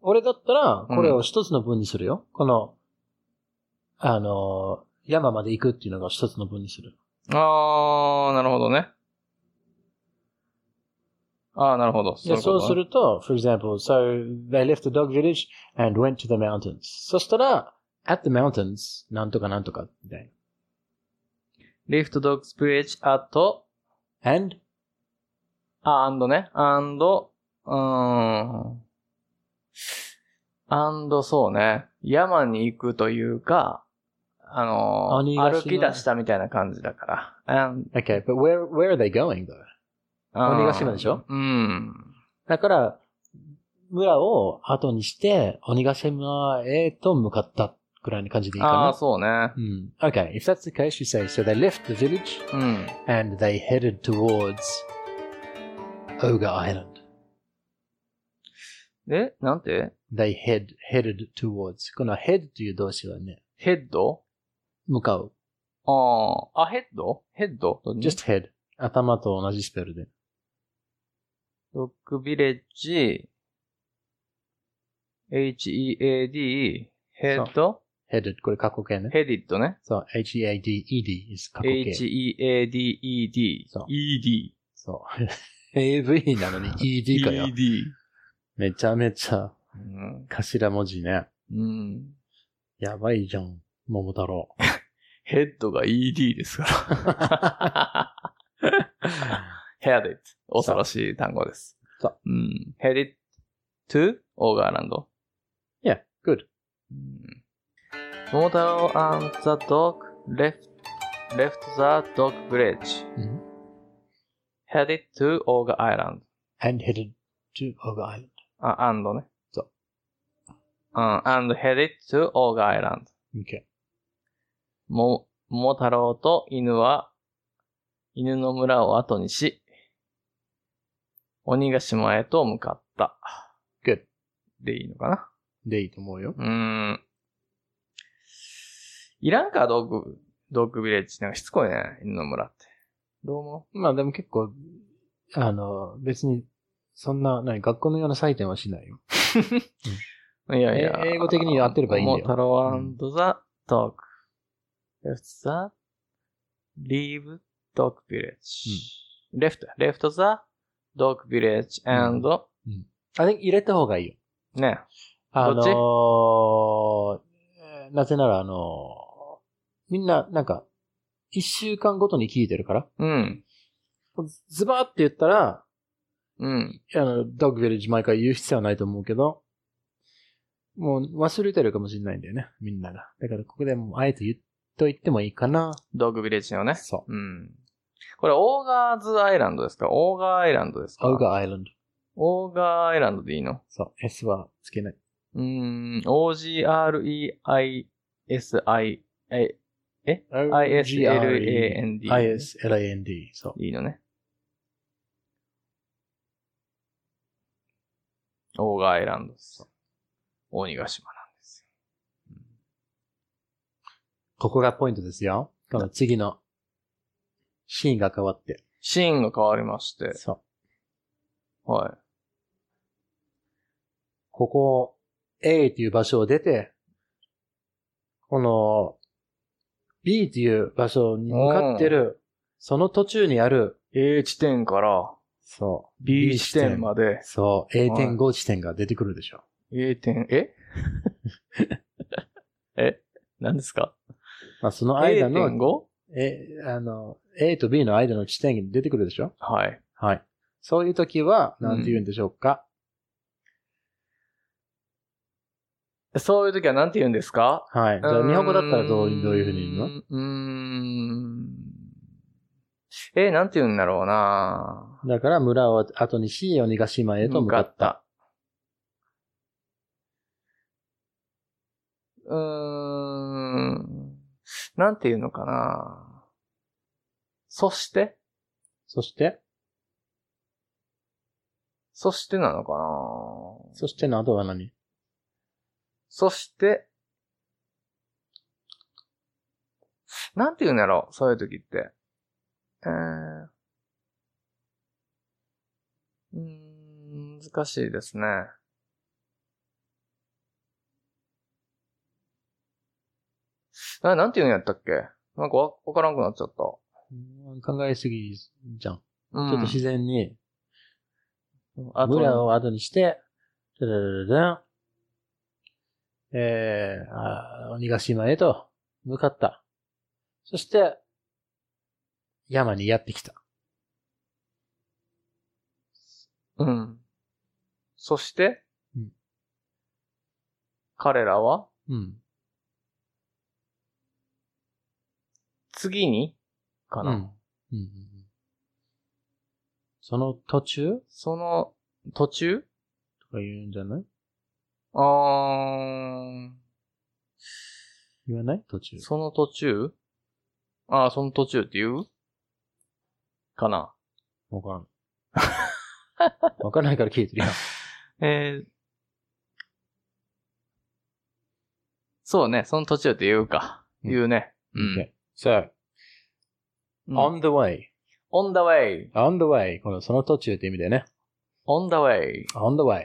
S6: 俺だったら、これを一つの文にするよ。この、あの、山まで行くっていうのが一つの文にする。
S1: ああ、なるほどね。ああ、なるほど。
S6: で、そうす
S1: る
S6: ると、for example, so they left the dog village and went to the mountains. そしたら、at the mountains, なんとかなんとか、みたい
S1: リフトドッグスプレッジ、あと、
S6: な。and,
S1: あ、and ね。and, うーん。and そうね。山に行くというか、あの
S6: 鬼
S1: ー、
S6: ヶ
S1: 歩
S6: 島
S1: き出したみたいな感じだから。and,
S6: okay, but where, where are they going though?
S1: うん
S6: 鬼ヶ島でしょ
S1: うん。
S6: だから、村を後にして、鬼ヶ島へと向かった、ぐらいの感じでいい
S1: ああ、
S6: か
S1: そうね
S6: な。。うん。Okay, if that's the case, you say, so they left the village
S1: うん。
S6: and they headed towards Ogre Island.
S1: え、なんて
S6: They head, headed towards. この head という動詞はね、
S1: ヘッド
S6: 向かう。
S1: ああ、あ、ヘッドヘッドどっち
S6: just head. 頭と同じスペルで。
S1: ドッグビレッジ、HEAD、ヘッド
S6: headed. これ過去形ね。
S1: ヘディットね。
S6: そう、h-e-a-d-e-d is 過去形。
S1: H-E-A-D-E-D
S6: そう。
S1: ED。
S6: そう。av <laughs> なのに ed かよ。
S1: ED。
S6: めちゃめちゃ
S1: うん。
S6: 頭文字ね。
S1: うん。
S6: やばいじゃん。桃太郎。
S1: ヘッドが ED ですから。
S6: <laughs>
S1: ヘアディット。恐ろしい単語です。
S6: そう
S1: うん。ヘディット to オーガーランド。
S6: Good.
S1: Mm. Motaro and the dog left left the dog village,
S6: Mhm.
S1: headed to Oga Island.
S6: And headed to Oga Island.
S1: あ、and ね。
S6: そう。
S1: うん、and headed to Oga Island.
S6: Okay.
S1: も、桃太郎と犬は、犬の村を後にし、鬼ヶ島へと向かった。
S6: Good.
S1: でいいのかな
S6: でいいと思うよ。
S1: うーん。いらんか、ドッグ、ドッグビレッジ。なんかしつこいね、犬の村って。どうも。
S6: まあでも結構、あの、別に、そんな、何、学校のような採点はしないよ。
S1: いやいや。
S6: え英語的に合ってればいいんだよ
S1: 桃太郎 and the dog. Left the, leave dog village. Left, left the dog village and、
S6: あれ、入れた方がいいよ。
S1: ね。
S6: あ
S1: どっち
S6: のー、なぜならあのー、みんな、なんか、一週間ごとに聞いてるから、
S1: うん。
S6: ズバーって言ったら、
S1: うん。
S6: あの、ドッグヴィレッジ毎回言う必要はないと思うけど、もう忘れてるかもしれないんだよね、みんなが。だからここでもうあえて言っといてもいいかな。
S1: ドッグビレッジのね。
S6: そう。
S1: うん。これ、オーガーズアイランドですかオーガーアイランドですか
S6: オーガーアイランド。
S1: オーガーアイランドでいいの
S6: そう。S はつけない。
S1: うーん、OGREISI、え、ISLAND
S6: ISLAND。そう。
S1: いいのね。オーガーアイランドです。鬼ヶ島なんです
S6: ここがポイントですよ。この次のシーンが変わって。
S1: よ。シーンが変わりまして。
S6: そう。
S1: は
S6: ここ、A っていう場所を出て、この B っていう場所に向かってる、その途中にある、
S1: い。A 地点から
S6: そう。
S1: B 地点まで。
S6: そう、
S1: はい
S6: A.5 地点が出てくるでしょ。
S1: A 点、
S6: <laughs>
S1: ええ何ですか
S6: まあ、その間の、
S1: ?A.5?
S6: え、あの、A と B の間の地点に出てくるでしょ。
S1: はい。
S6: はい。そういう時は、
S1: うん
S6: なんて言うんでしょうか。
S1: そういう時は何て言うんですか
S6: はい。じゃあ、日本語だったらどう
S1: ーん
S6: どういうふうに言うの
S1: うーん。え、何て言うんだろうな
S6: だから、村を後にし、鬼ヶ島へと向かった。
S1: た。うーん。何て言うのかなそして
S6: そして、
S1: そしてなのかな
S6: そしての後は何
S1: そして、なんて言うんだろうそういう時って。えー、うーん、難しいですね。あ、なんて言うんやったっけなんかわわからんくなっちゃった。
S6: うん考えすぎじゃん。
S1: うん、
S6: ちょっと自然に、
S1: あと
S6: 村を後にして、ダダダダダンえー、あー鬼ヶ島へと向かった。そして、山にやってきた。
S1: うん。そして、
S6: うん
S1: 彼らは
S6: うん。
S1: 次にか
S6: うん。
S1: な、
S6: うんうんうんその途中
S1: その途中
S6: とか言うんじゃない
S1: あー、
S6: 言わない途中。
S1: その途中あー、その途中って言うかな。
S6: わからん。 <laughs> わからないから聞い
S1: <laughs>
S6: てるよ。
S1: えー、そうね、その途中って言うか。
S6: うん
S1: 言うね。うん。
S6: Okay. So,
S1: うん、on
S6: on the way.
S1: the way,
S6: on the way. このその途中って意味だよね。
S1: on the way.
S6: on the way.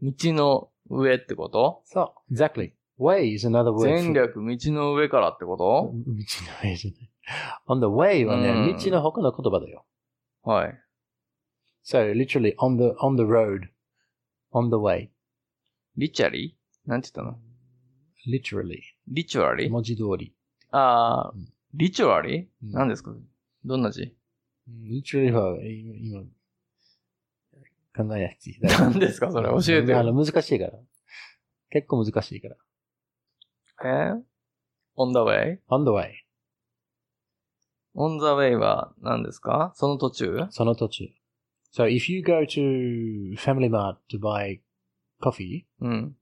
S1: 道の上ってこと
S6: そう exactly. Way is another word.
S1: 全力道の上からってこと
S6: 道の上じゃない。on the way はね
S1: う、ん
S6: 道の他の言葉だよ。
S1: はい。
S6: So, literally, on the, on the road. on the way.
S1: リチャリなんて言ったの
S6: literally.
S1: リチュアリ
S6: 文字通り。
S1: あ
S6: うん
S1: ー、リチュアリ
S6: うん
S1: 何ですかどんな字
S6: oh, うん literally は、え今、考えなくていい。
S1: 何です
S6: <laughs>
S1: かそれ教えて
S6: あ
S1: よ。
S6: の、難しいから。結構難しいから。
S1: え ?on the way?
S6: on the way.
S1: on the way は何ですかその途中
S6: その途中。So if you go to Family Mart to buy coffee,
S1: うん。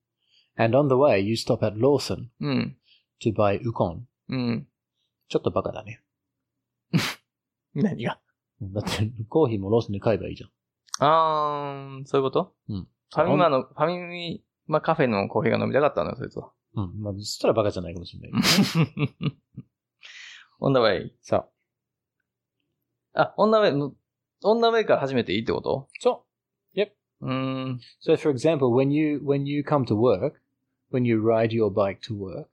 S6: and on the way you stop at Lawson
S1: うん。
S6: to buy Ukon,
S1: うん。
S6: ちょっとバカだね。
S1: 何が
S6: だって、コーヒーもローソンで買えばいいじゃん。
S1: あーん、そういうこと
S6: うん。
S1: ファミマの、ファミミマカフェのコーヒーが飲みたかったのよ、そいつは。
S6: うん。まあ、そしたらバカじゃないかもしれない。
S1: on the way.
S6: <laughs> そう。
S1: あ、on the way の、on the way から始めていいってこと
S6: そう。
S1: うーん。
S6: So, for example, when you when you come to work, when you ride your bike to work,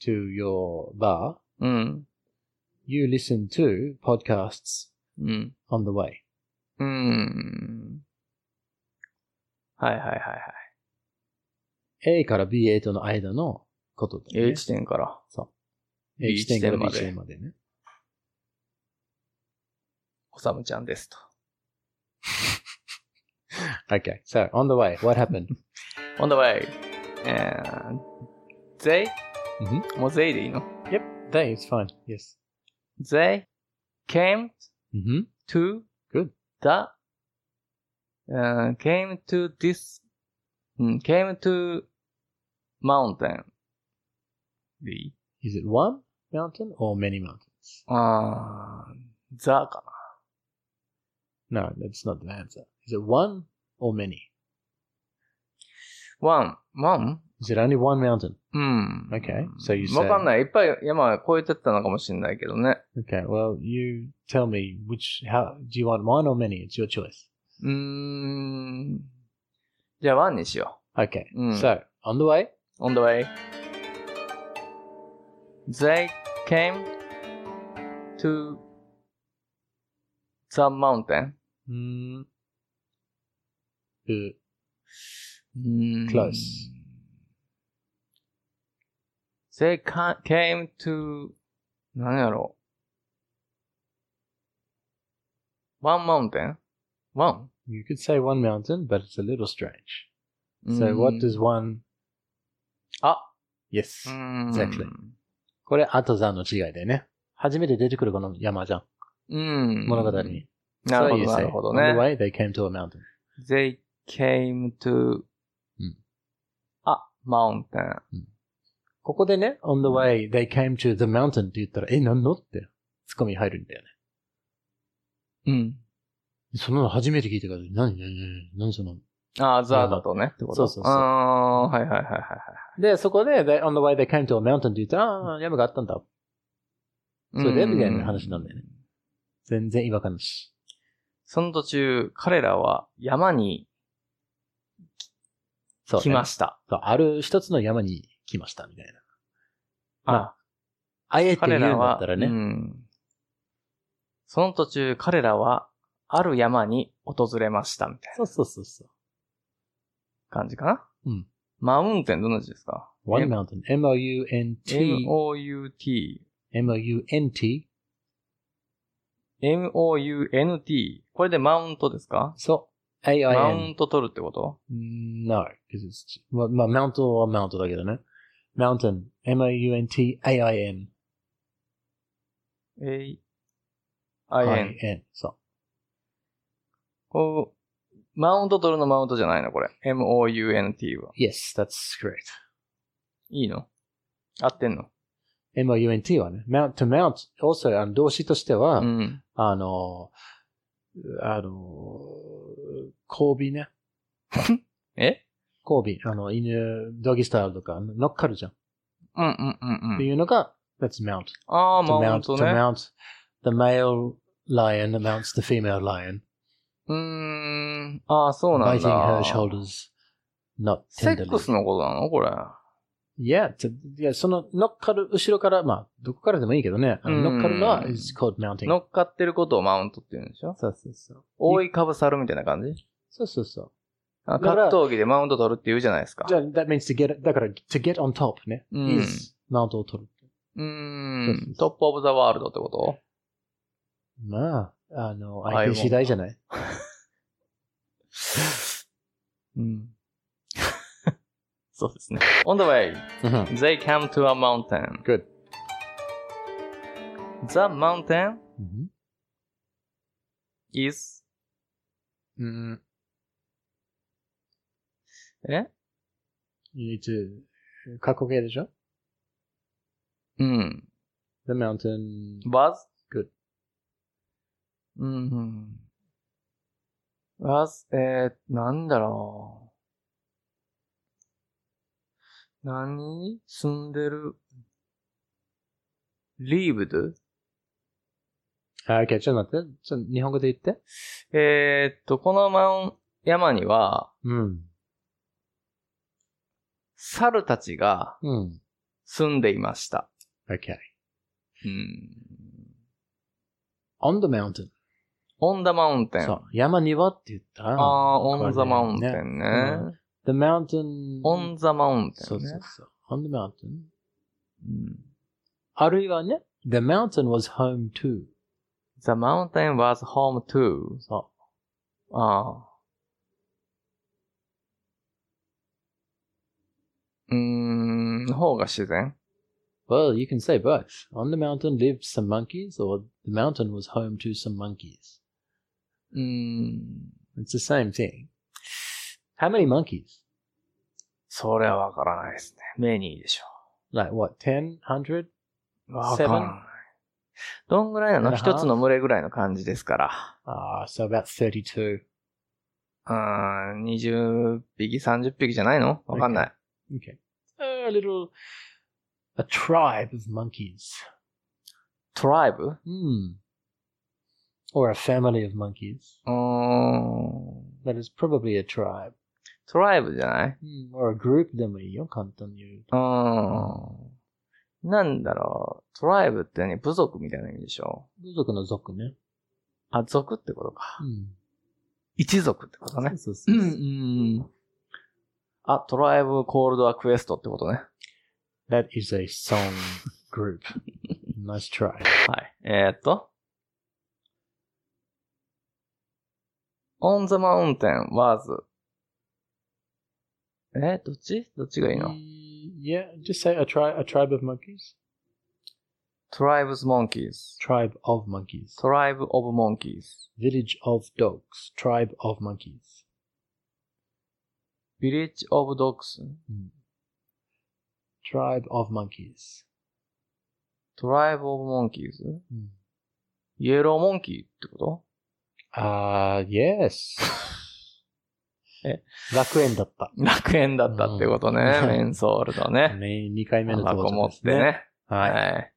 S6: to your bar,
S1: うん。
S6: you listen to podcasts
S1: うん。
S6: on the way.
S1: うーん。はいはいはいは
S6: A から B へとの間のこと
S1: い。
S6: だよ
S1: A
S6: ね。
S1: 地点から。
S6: A 地点から
S1: B
S6: B
S1: 地
S6: 地
S1: 点
S6: 点までね。
S1: おさむちゃんですと。
S6: Okay, so on the way, what <laughs> happened?
S1: on the way. And they?
S6: う
S1: もう they でいいの
S6: Day is fine. Yes.
S1: ?they came
S6: Mm-hmm.
S1: to
S6: Good.
S1: the uh, came to this mm, came to mountain. The
S6: Is it one mountain or many mountains?
S1: ah the か
S6: No, that's not the answer. Is it one or many?
S1: な one
S6: Is it only one mountain?
S1: one うん
S6: Okay, so you
S1: わかん
S6: say.
S1: ないいっぱい山越えてったのかもしれないけどね
S6: Okay, well, you tell me which. How do you want one or many? It's your choice.
S1: うーんじゃあ1にしよ
S6: Okay,
S1: Mm.
S6: so on the way.
S1: う on the way they came to the mountain
S6: Mm, uh,
S1: う
S6: Hmm.
S1: ーん
S6: Close.
S1: They ca- came to, 何やろう。one mountain? one?
S6: you could say one mountain, but it's a little strange. So
S1: Hmm.
S6: what does one? Hmm.
S1: Ah.
S6: yes.
S1: うーん
S6: exactly. これ、アとザの違いだよね。初めて出てくるこの山じゃん。
S1: うん。
S6: 物語に。
S1: なるほ
S6: So you
S1: ど、
S6: say,
S1: なるほど
S6: On the
S1: ね。
S6: way, they came to a
S1: eh?
S6: mountain.
S1: They came to
S6: うん
S1: a mountain.
S6: ここでね、on the way, they came to the mountain "Eh, って言ったら、え、なんのって、ツッコミ入るんだよね。Hmm.
S1: うん。
S6: そんなの初めて聞いたから、何、何、何、何その。
S1: ああ、ザーだとね。ってこと
S6: そうそうそう
S1: ああー、はいはいはいはいはい。
S6: で、そこで、they, on the way, they came to a mountain って言ったら、ああ、山があったんだ。それで、みたいな話なんだよね。全然違和感なし。
S1: その途中、彼らは山に
S6: そう、
S1: 来ま
S6: し
S1: した。
S6: た。そうある一つの山に来ました、みたいな。ま
S1: あ、
S6: あえて言
S1: 彼
S6: うんだ
S1: ら
S6: っ
S1: は、
S6: たらね。
S1: うんその途中、彼らは、ある山に訪れました、みたいな
S6: そうそうそうそう。
S1: 感じかな。
S6: うん
S1: マウンテンどんな字ですか
S6: one mountain. M-O-U-N-T.
S1: ?m-o-u-t,
S6: M-O-U-N-T.
S1: m-o-u-n-t. これでマウントですか
S6: そう。
S1: マ
S6: A-I-N.
S1: ウント取るってこと
S6: No, because it's まあまあ、マウントはマウントだけどね。mountain, m-o-u-n-t-a-i-n,
S1: ?a, i, n.
S6: I-N, そ
S1: こう、マウント取るのマウントじゃないのこれ。m-o-u-n-t は
S6: う。。Yes, that's correct.
S1: いいの合ってんの
S6: m-o-u-n-t はね、mount to mount, also あの動詞としては、
S1: うん。
S6: あの、あの、交尾ね。
S1: え
S6: 交尾、あの、犬、ドギースタイルとか、乗っかるじゃん。っ
S1: うんうんうん
S6: て
S1: うん。
S6: いうのが、that's mount.
S1: ああ、
S6: to
S1: マウン
S6: mount,
S1: ト
S6: to
S1: ね。
S6: mount, the male lion mounts the female lion.
S1: うーん。ああ、そうなん
S6: biting her
S1: だ。
S6: shoulders, not
S1: セ
S6: tenderly.
S1: ックスのことなのこれ。
S6: Yeah, to, yeah, その乗っかる、後ろから、まあ、どこからでもいいけどね、あの
S1: うん
S6: 乗っかるのは、is called mounting.
S1: 乗っかってることをマウントって言うんでしょ
S6: そうそうそう。
S1: 覆いかぶさるみたいな感じ
S6: そうそうそう。
S1: あ
S6: だから
S1: 格闘技でマウント取るって言うじゃないですか。
S6: じゃあ、that means to get, だから、to get on top ね、
S1: うん
S6: is マウントを取る。
S1: うー。
S6: そうそうん
S1: トップオブザワールドってこと
S6: まあ、あの、
S1: はい
S6: 相手次第じゃない
S1: うん。 <laughs> そうですね。On the way,
S6: Mhm.
S1: they come to a mountain.
S6: Good.
S1: The mountain
S6: Mhm.
S1: is,
S6: Mm.
S1: Eh?
S6: You need to. 過去形でしょ
S1: うん、
S6: The mountain.
S1: was
S6: Good.
S1: うん。was, えー、なんだろう。何住んでる ?lived?
S6: あ、OK、ちょっと待って。ちょっと日本語で言って。
S1: えーっと、このマウン、山には、
S6: うん。
S1: 猿たちが
S6: うん。
S1: 住んでいました。
S6: OK。
S1: うん。
S6: On the mountain.
S1: オンダマウンテン。
S6: そ
S1: あ
S6: う。山にはって言ったら。
S1: あー、オンザマウンテ
S6: これね
S1: ンね。
S6: The mountain.
S1: オンザマウンテ
S6: そ
S1: ン
S6: う
S1: ね
S6: そう。そう。On the mountain.
S1: うん
S6: あるいはね、The mountain was home to.
S1: The mountain was home to.
S6: そ
S1: ああ。うーん、の方が自然
S6: う。Well, you can say both. On the mountain lived some monkeys, or the mountain was home to some monkeys.
S1: うーん。
S6: It's the same thing. How many monkeys?
S1: それはわからないですね。メニーでしょ
S6: Like what, 10, 100?
S1: う。わからない。どんぐらいなの
S6: And a half?
S1: 一つの群れぐらいの感じですか
S6: Ah, so about 32.
S1: ら。うーん、20匹、30匹じゃないのわかんない。
S6: Okay. A little. A tribe of monkeys.
S1: トライブ
S6: Hmm. Or a family of monkeys.
S1: うーん。
S6: That is probably a tribe.
S1: トライブじゃない
S6: Hmm. Or a group でもいいよ、簡単に言うと。
S1: うーん。なんだろう。トライブってね、部族みたいな意味でしょ
S6: 部族の族ね。
S1: あ、族ってことか。
S6: うん。
S1: 一族ってことね。、
S6: そうそううんそう
S1: う。ん。あ、トライブコールドアクエストってことね。
S6: That is a song
S1: <laughs>
S6: group. nice try.
S1: はい。えー、っと。on the mountain was えどっちどっちがいいの
S6: Yeah, just say a, tri- a tribe of monkeys.
S1: ?tribes monkeys.
S6: Tribe of monkeys.
S1: tribe of monkeys.
S6: Village of dogs. Tribe of monkeys.
S1: village of dogs.
S6: Tribe of monkeys.
S1: tribe of monkeys.
S6: うん
S1: イエローモンキーってこ <laughs>
S6: Ah, yes.
S1: え
S6: 楽園だ
S1: <laughs>
S6: った。
S1: と楽園だったってことね。
S6: う
S1: <laughs>
S6: ん
S1: メンソールとね。
S6: ね、2回目の
S1: 箱
S6: 登
S1: 持
S6: 場で
S1: っ
S6: す
S1: て
S6: ね。
S1: ね。
S6: は
S1: はい。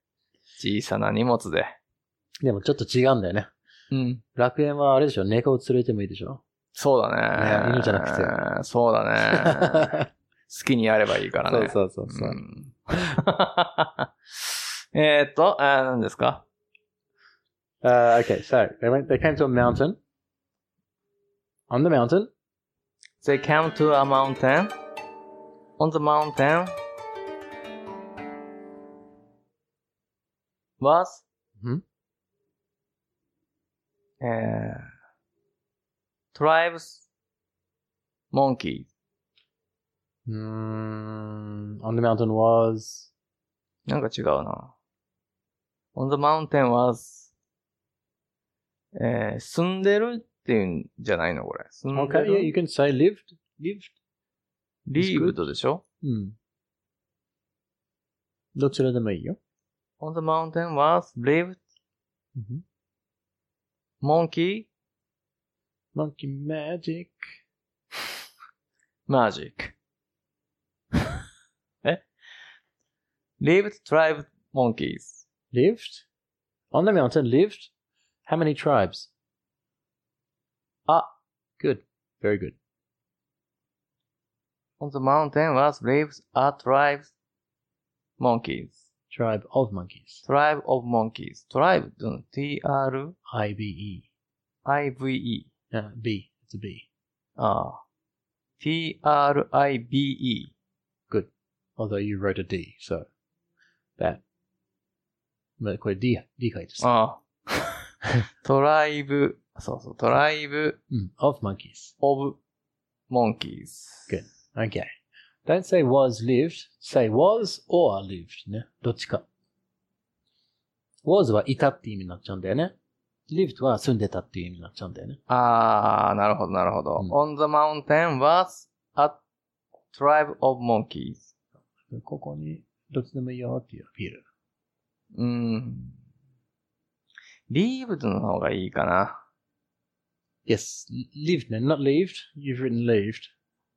S1: 小さな荷物で。
S6: い。でもちょっと違うんだよね。
S1: うん。
S6: 楽園はあれでしょ猫を連れてもいいでし
S1: <laughs>
S6: ょ
S1: そうだね。
S6: ね犬じゃな
S1: くて。そうだ
S6: <laughs>
S1: ね。好きにやればいいからね。
S6: そうそうそうそうう。
S1: ん <laughs> えーっと、あー、何ですか
S6: Uh, okay, so they went. They came to a mountain. On the mountain,
S1: They came to a mountain. On the mountain was
S6: ん
S1: えー tribes monkey.
S6: mm, on the mountain was
S1: なんか違うな。On the mountain was えー住んでるっていうんじゃないのこれ。住んで
S6: okay. Yeah, you
S1: る。
S6: can say lived, lived.
S1: リーブドでしょ
S6: Hmm. どちらでもいいよ。
S1: On the mountain was lived
S6: Mhm.
S1: monkey
S6: Monkey magic.
S1: magic. え ?lived tribe monkeys.
S6: Lived. On the mountain lived. How many tribes? Ah, good. Very good.
S1: On the mountain was lived a tribe monkeys.
S6: Tribe of monkeys.
S1: Tribe of monkeys. Tribe っていうの T-R-I-V-E.
S6: I B E.
S1: E.
S6: Uh, B. It's a B.
S1: ああ。T-R-I-B-E.
S6: Good. Although you wrote a D, so that. Ah. まあこれ D, D 書いてさ。
S1: ああ。トライブ Ah. そうそう。トライブ
S6: Mm, of monkeys.
S1: オブモンキーズ。
S6: Good. Okay. Don't say was lived. Say was or lived ね。どっちか。was はいたって意味になっちゃうんだよね。lived は住んでたっていう意味になっちゃうんだよね。
S1: あー、なるほど、なるほど。
S6: うん
S1: On the mountain was a tribe of monkeys.
S6: ここに、どっちでもいいよっていうアピール。
S1: うん。lived の方がいいかな。
S6: Yes, lived ね。not lived. You've written lived.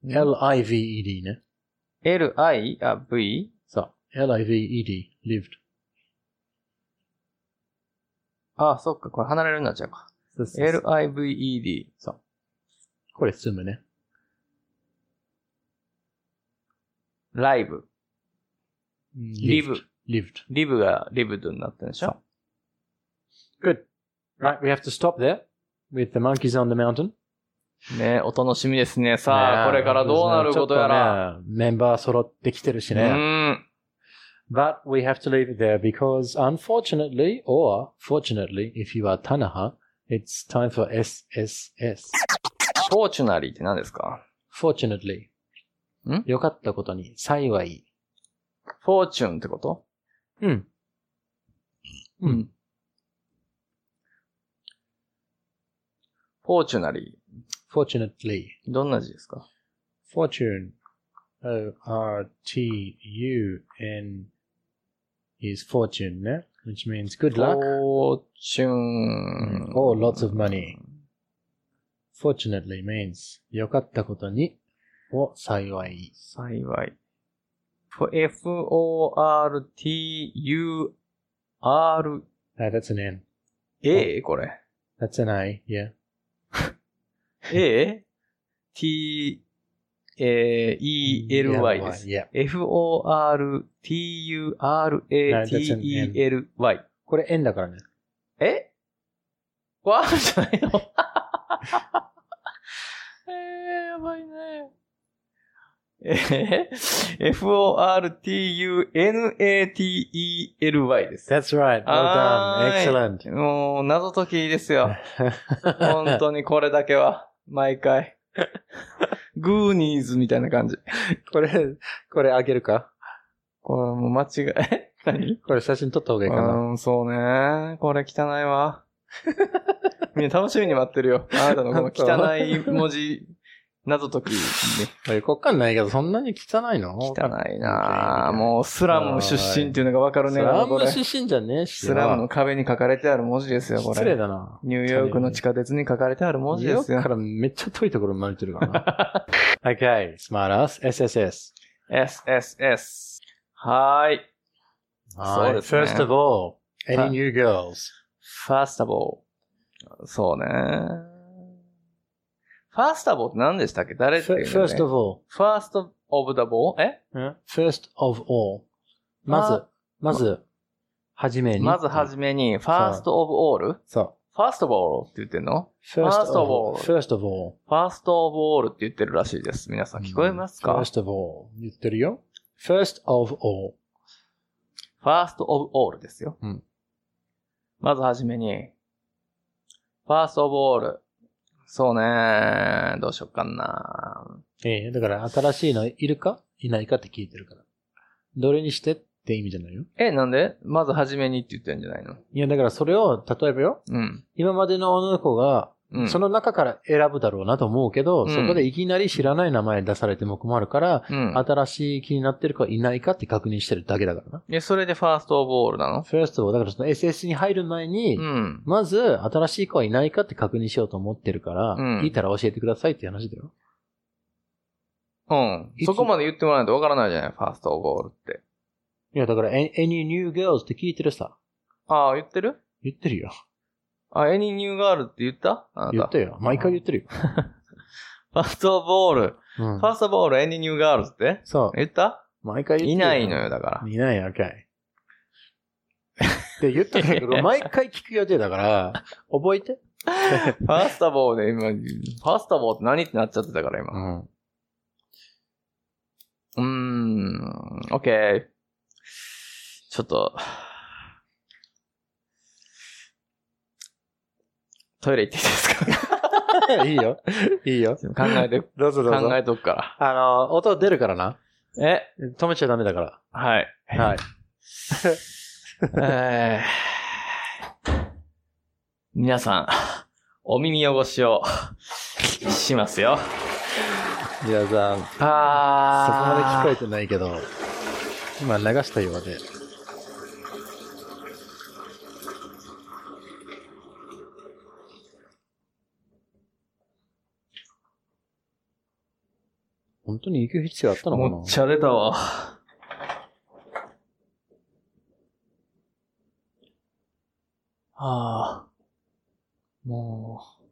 S6: Mm-hmm. L-I-V-E-D ね。
S1: li, あ、v?
S6: そう。L-I-V-E-D, E lived.
S1: あ、そっか、これ離れるようになっちゃうか。
S6: そうそうそう
S1: lived.
S6: そう。これ住むね。
S1: ライブ。
S6: Mm. lived. Lived.
S1: リブがリブドになったんでしょ
S6: Good. Right, we have to stop there with the monkeys on the mountain.
S1: ねお楽しみですね。さあ、
S6: ね
S1: これからどうなることやら。。
S6: ちょっとねメンバー揃ってきてるし
S1: う
S6: ね。
S1: ん。
S6: But we have to leave it there because unfortunately, or fortunately, if you are Tanaha, it's time for SSS.
S1: フォーチュナリーって何ですか
S6: Fortunately.
S1: ん
S6: よかったことに、幸い。
S1: フォーチュンってこと
S6: うん。うん。
S1: フォーチュナリ
S6: Fortunately.
S1: ー。どんな字ですか
S6: Fortune. O R T U N is fortune, ね which means good
S1: フ
S6: luck
S1: ォーチュン。
S6: or lots of money. Fortunately means 良かったことにを幸い。
S1: 幸い。F-O-R-T-U-R-A?
S6: Uh, that's an N.
S1: これ。
S6: That's an I, yeah.
S1: A? T, A, E, L, Y です。
S6: Yeah.
S1: F-O-R-T-U-R-A-T-E-L-Y。
S6: これ N だからね。
S1: えわーじゃないの <laughs> えー、やばいね。えー F-O-R-T-U-N-A-T-E-L-Y です。
S6: That's right. Well
S1: は
S6: done.
S1: ーい
S6: Excellent.
S1: もう、謎解きです <laughs> よ。本当にこれだけは、毎 <laughs> 回。グーニーズみたいな感じ。
S6: <laughs> これ、これあげるか
S1: これもう間違い、え何
S6: これ写真撮った方がいいかな
S1: うん、そうね。これ汚いわ。 <laughs> みんな楽しみに待ってるよ。あな
S6: <laughs>
S1: たのこの汚い文字、謎解き、ね。
S6: これ国家ないけど、そんなに汚いの
S1: 汚いなぁ。もう、スラム出身っていうのがわか
S6: う
S1: るね。
S6: スラ
S1: こ
S6: ム
S1: れ
S6: 出身じゃねえし
S1: スラムの壁に書かれてある文字ですよ、こ
S6: 失礼
S1: れ。
S6: だな。
S1: ニューヨークの地下鉄に書かれてある文字です
S6: ニューヨーク
S1: よ
S6: か。らめっちゃ遠いところ生まれてる <laughs> からな。okay, smart ass, SSS.
S1: SSS。はーい。そうですね
S6: First of all,
S1: は
S6: any
S1: い
S6: new girls?
S1: First of all. そうね。First of all って何でしたっけ誰っていうの、ね、
S6: First of all.
S1: First of the ball? え
S6: First of all. まず、まず、はじめに。
S1: まずはじめに、First of all?
S6: そう。
S1: First of all って言ってんの
S6: First
S1: First of all.
S6: First of all.
S1: ?First of all って言ってるらしいです。皆さん聞こえますか、
S6: ?First of all. 言ってるよ。First of all.
S1: ?First of all ですよ。
S6: うん
S1: まずはじめに、First of all。そうね。どうしよっかな。
S6: ええだから新しいのいるかいないかって聞いてるから。どれにしてって意味じゃないよ。
S1: え、なんでまずはじめにって言ってんじゃないの
S6: いや、だからそれを、例えばよ、
S1: うん。
S6: 今までの女の子が、
S1: うん。
S6: その中から選ぶだろうなと思うけど、
S1: うん
S6: そこでいきなり知らない名前出されても困るから、
S1: うん。
S6: 新しい気になってる子はいないかって確認してるだけだからな。
S1: え、それでファーストオブオールなの
S6: First of all, だからその SS に入る前に、
S1: うん。
S6: まず新しい子はいないかって確認しようと思ってるから、
S1: うん
S6: いいたら教えてくださいっていう話だよ。
S1: うん
S6: い。つ
S1: そこまで言ってもらわないとわからないじゃないファーストオブオールって。
S6: いや、だから、any any new girls って聞いてるさ。
S1: ああ、言ってる
S6: 言ってるよ。
S1: あ、any new girl って言ったあなた。
S6: 言ったよ。毎回言ってるよ。
S1: ファーストオブオール。
S6: うん
S1: ファーストオブオール、any new girl って
S6: そう。
S1: 言った
S6: 毎回言って
S1: い
S6: る
S1: ないのよ、だから。
S6: いないのかい。って言ったんだけど、毎回聞く予定だから、覚えて。
S1: ファーストボールで今、ファーストボールって何ってなっちゃってたから、今。
S6: ん。
S1: うーん、OK。ちょっと、トイレ行っていいですか
S6: いいよ。いいよ。
S1: <laughs> 考えて、
S6: どうぞどうぞ
S1: 考。えとくか
S6: あの、音出るからな。
S1: ら。え、
S6: 止めちゃダメだか
S1: はい。
S6: ら。はい。
S1: えー皆さん、お耳汚しをしますよ。
S6: 皆さん、そこ
S1: あ
S6: まで聞こえてないけど、今流したようで。本当に行く必要あったのかな
S1: もっちゃ出たわ。ああ。もう。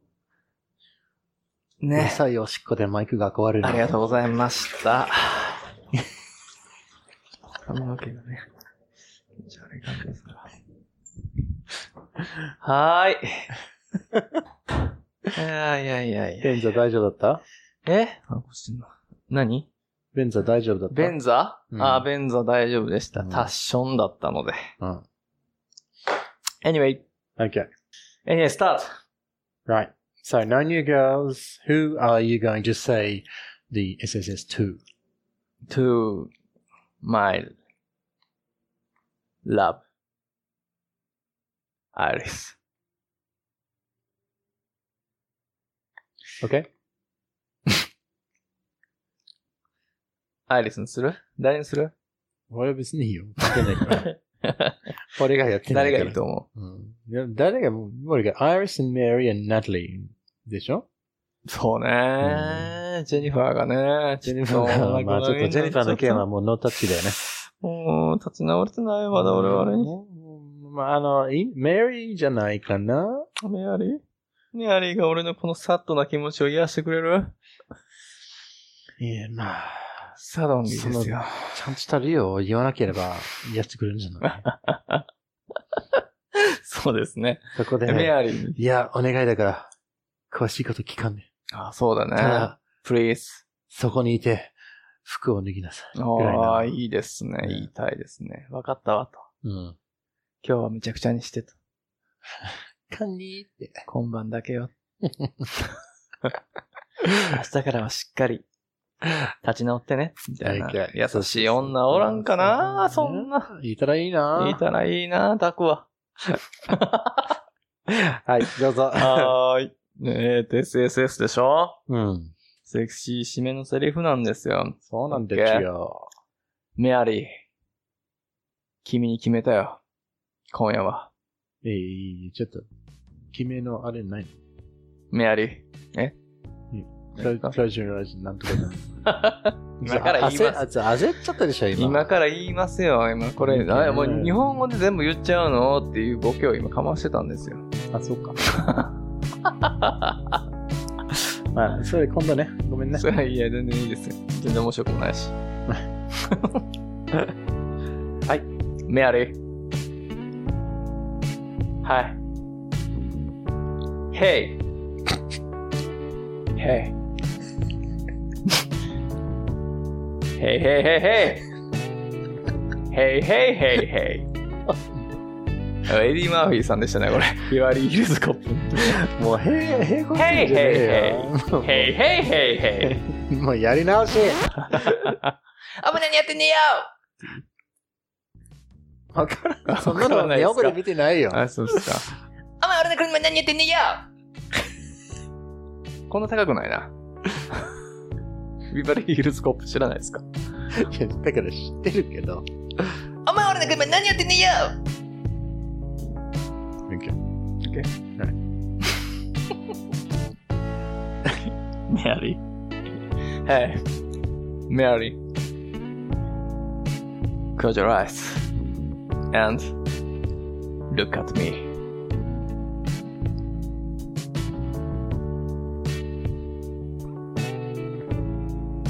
S6: うる
S1: ね。
S6: さいおしっこでマイクが壊れる。
S1: ありがとうございました。そんなわけだね。じゃあ、あれ感じですから。はーい。 <laughs> いやいやいやいや。
S6: ベンザ大丈夫だった
S1: えあ、こっちの何
S6: ベンザ大丈夫だった
S1: ベンザ、
S6: うん
S1: あ、ベンザ大丈夫でした。
S6: うん
S1: タッションだったので。
S6: うん。
S1: Anyway,
S6: Okay.
S1: anyway, start!
S6: Right. So, no new girls. Who are you going to say the SSS to?
S1: to my love, Alice.
S6: Okay.
S1: アイリスにする誰にす
S6: <laughs>
S1: る
S6: 俺は別にいいよ。関係ないから。俺がやってな
S1: 誰
S6: い
S1: が
S6: から。
S1: いいと思
S6: うんいや誰が、俺が、アイリス、メリー、ナタリーでしょ
S1: うそうね、ジェニファーがね。ジェニファ
S6: まあまあちょっとジェニファーの件はもうノータッチだよね。
S1: もう立ち直れてない。まだ俺はあれに。
S6: うんまあ、あの、いメリーじゃないかな
S1: メアリーメアリーが俺のこのサッとな気持ちを癒してくれる
S6: いや、まあ、
S1: サドン
S6: デ
S1: デ
S6: ィ
S1: ィ
S6: で
S1: ですす
S6: よ
S1: よ。
S6: ちゃんとした理由を言わなければ、やってくれるんじゃ <laughs> ない
S1: そうですね。
S6: そこで、
S1: メアリーに。
S6: いや、お願いだから、詳しいこと聞かんね。
S1: あ、そうだ
S6: た
S1: ね。
S6: だ、
S1: please.
S6: そこにいて、服を脱ぎなさい。ぐらい
S1: ああ、
S6: な。
S1: いいですね。
S6: うん
S1: 言いたいですね。わかったわと。
S6: うん。
S1: 今日はめちゃくちゃにしてと。
S6: かにーって。
S1: 今晩だけ
S6: <laughs>
S1: よ。明日からはしっかり立ち直ってね。みたいな。
S6: はい
S1: 優しい女おらんかな
S6: そ
S1: そう
S6: そうん
S1: な。
S6: いたらいいなぁ
S1: いたらいいな、タクは。
S6: はい、どうぞ。
S1: はーい。ねえ、SSS でしょ
S6: <laughs> うん。
S1: セクシー締めのセリフなんですよ。
S6: そうなんですよ。
S1: メアリー。君に決めたよ。今夜は。
S6: えー、ちょっと、君のあれない
S1: メアリー。
S6: のクロクロージュライズなんとかな。
S1: <laughs> 今から言います。
S6: す。焦焦っちゃったでしょ、今。
S1: 今から言いますよ。今これ、あもう日本語で全部言っちゃうのっていうボケを今かましてたんですよ。
S6: あ、そうか。まあ、それ今度ね。ごめんね。
S1: それはいや、全然いいですよ。全然面白くもないし。 <laughs> はい。メアリー。はい。Hey! Hey! hey, hey, hey, hey! Hey, hey, hey, hey! あエディ・マーフィーさんでしたね、これ。ビワリー・ヒルズ・コップ。
S6: もう、へい、へいこ
S1: へいへ
S6: いよ。
S1: Hey, hey, hey, hey!
S6: もうや
S1: <laughs>
S6: り直
S1: 危
S6: し。
S1: ないやってねえよ
S6: わからん。そん
S1: わ
S6: な
S1: から
S6: の、
S1: ないですか
S6: ネオブレ見てないよ。
S1: あ、そうっすか。
S7: お前俺の車に何やってんねんよ
S1: こんな高くないな。ビバリーヒルズコップ知らないですか
S6: いやだから知ってるけど。
S7: お前俺の車に何やってんねんよ
S6: OK
S1: メアリー。Hey, メアリー。Close your eyes and look at me.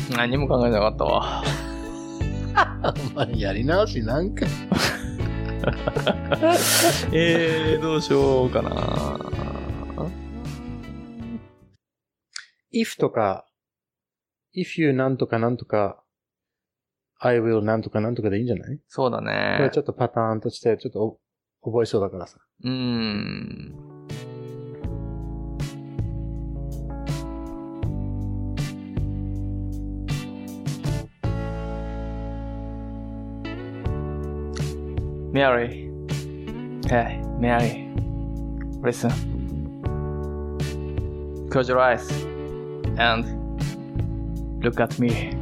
S1: 何も考えてなかったわ。
S6: お前やり直しなんか。
S1: えー、どうしようかな。
S6: if とか、if you なんとかなんとか、I will なんとかなんとかでいいんじゃない
S1: そうだ
S6: これ
S1: ね
S6: ち。ょっとパタ
S1: Hmm.
S6: ーンとして、ちょっとお覚えそうだからさ。
S1: うーん。 Mary. Hey, Mary. Listen. Close your eyes and look at me.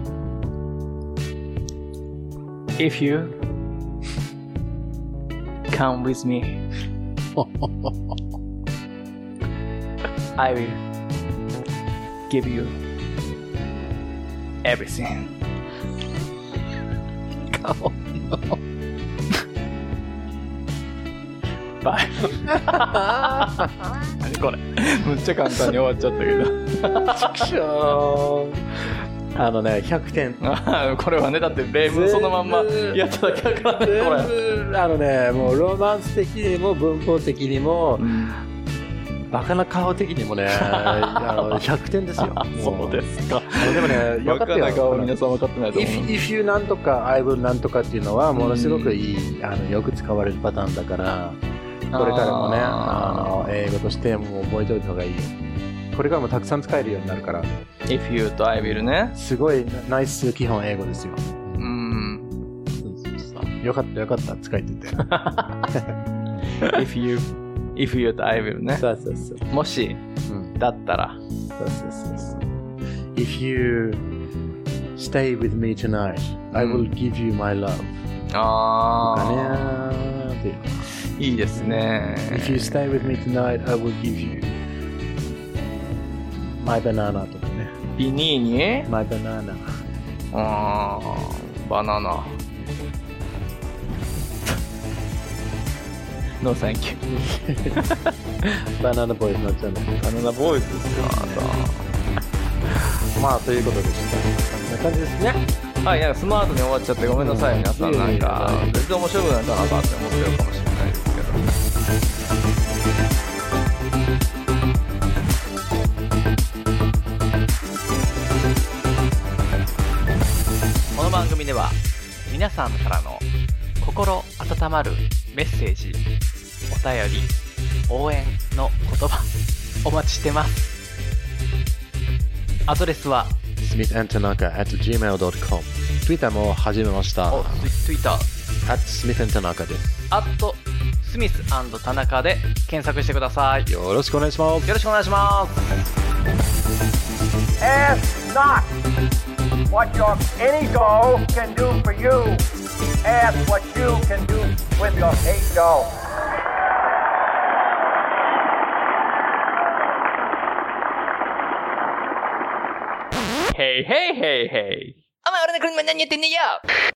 S1: If you <laughs> come with me, I will give you everything. <laughs>
S6: 顔
S1: Bye. <laughs> 何これ。むっちゃ簡単に終わっちゃったけど。
S6: あのね、100点。
S1: あーこれはねだって例文そのまんまやっただけだから <laughs> ねこれ
S6: 全部あのね、もうロマンス的にも文法的にも、バカな顔的にもね、あ <laughs> の100点ですよ。
S1: そう
S6: す。
S1: ですか
S6: あのでもね、 <laughs> よか
S1: バ
S6: った
S1: カな顔
S6: よ。
S1: 皆さん分かってないと思
S6: if, if you なんとか、I will なんとかっていうのは、ものすごくいい、あのよく使われるパターンだから、
S1: う
S6: これからもね、あ
S1: あ
S6: の英語としてもう覚えておいた方がいいよ。これからもたくさん使えるようになるから、
S1: ー If you と I will ね
S6: すごいナイス基本英語ですよ。
S1: うん
S6: よかったよかった、使えてて。
S1: <laughs> If you If you と I will ね
S6: そうそうそう。
S1: もし
S6: うん
S1: だったら
S6: そうそうそうそう。If you stay with me tonight, I will give you my love. とかね
S1: ああ
S6: ーっていう。
S1: いいですね
S6: If you stay with me tonight, I will give you my banana とかね。
S1: ビニーニ
S6: My banana.
S1: あーバナ <laughs> ナ No thank you
S6: <laughs> バナナボーイズになっちゃうんだけど。
S1: バナナボーイズですよあなた
S6: まあ、ということでした。こんな感じですね。
S1: はい、なんかスマートに終わっちゃってごめんなさい、皆さん。なんか、全然面白くなったなかって思ってるかもしれないですけど。この番組では、皆さんからの心温まるメッセージ、お便り、応援の言葉、 <laughs> お待ちしてます。アドレスは、
S6: smithandtanaka at gmail.com。Twitter も始めました。
S1: お、ツイッター。
S6: at smithandtanaka です。
S1: アットスミス田中で検索してくださいよ
S6: よろしくお願いします。
S1: ろしくお願いします
S4: Ask not what your any doll can do for you. Ask what you can do with your eight doll.
S1: Hey hey hey hey
S7: 어머, 어른의 그런 만난 여태네요.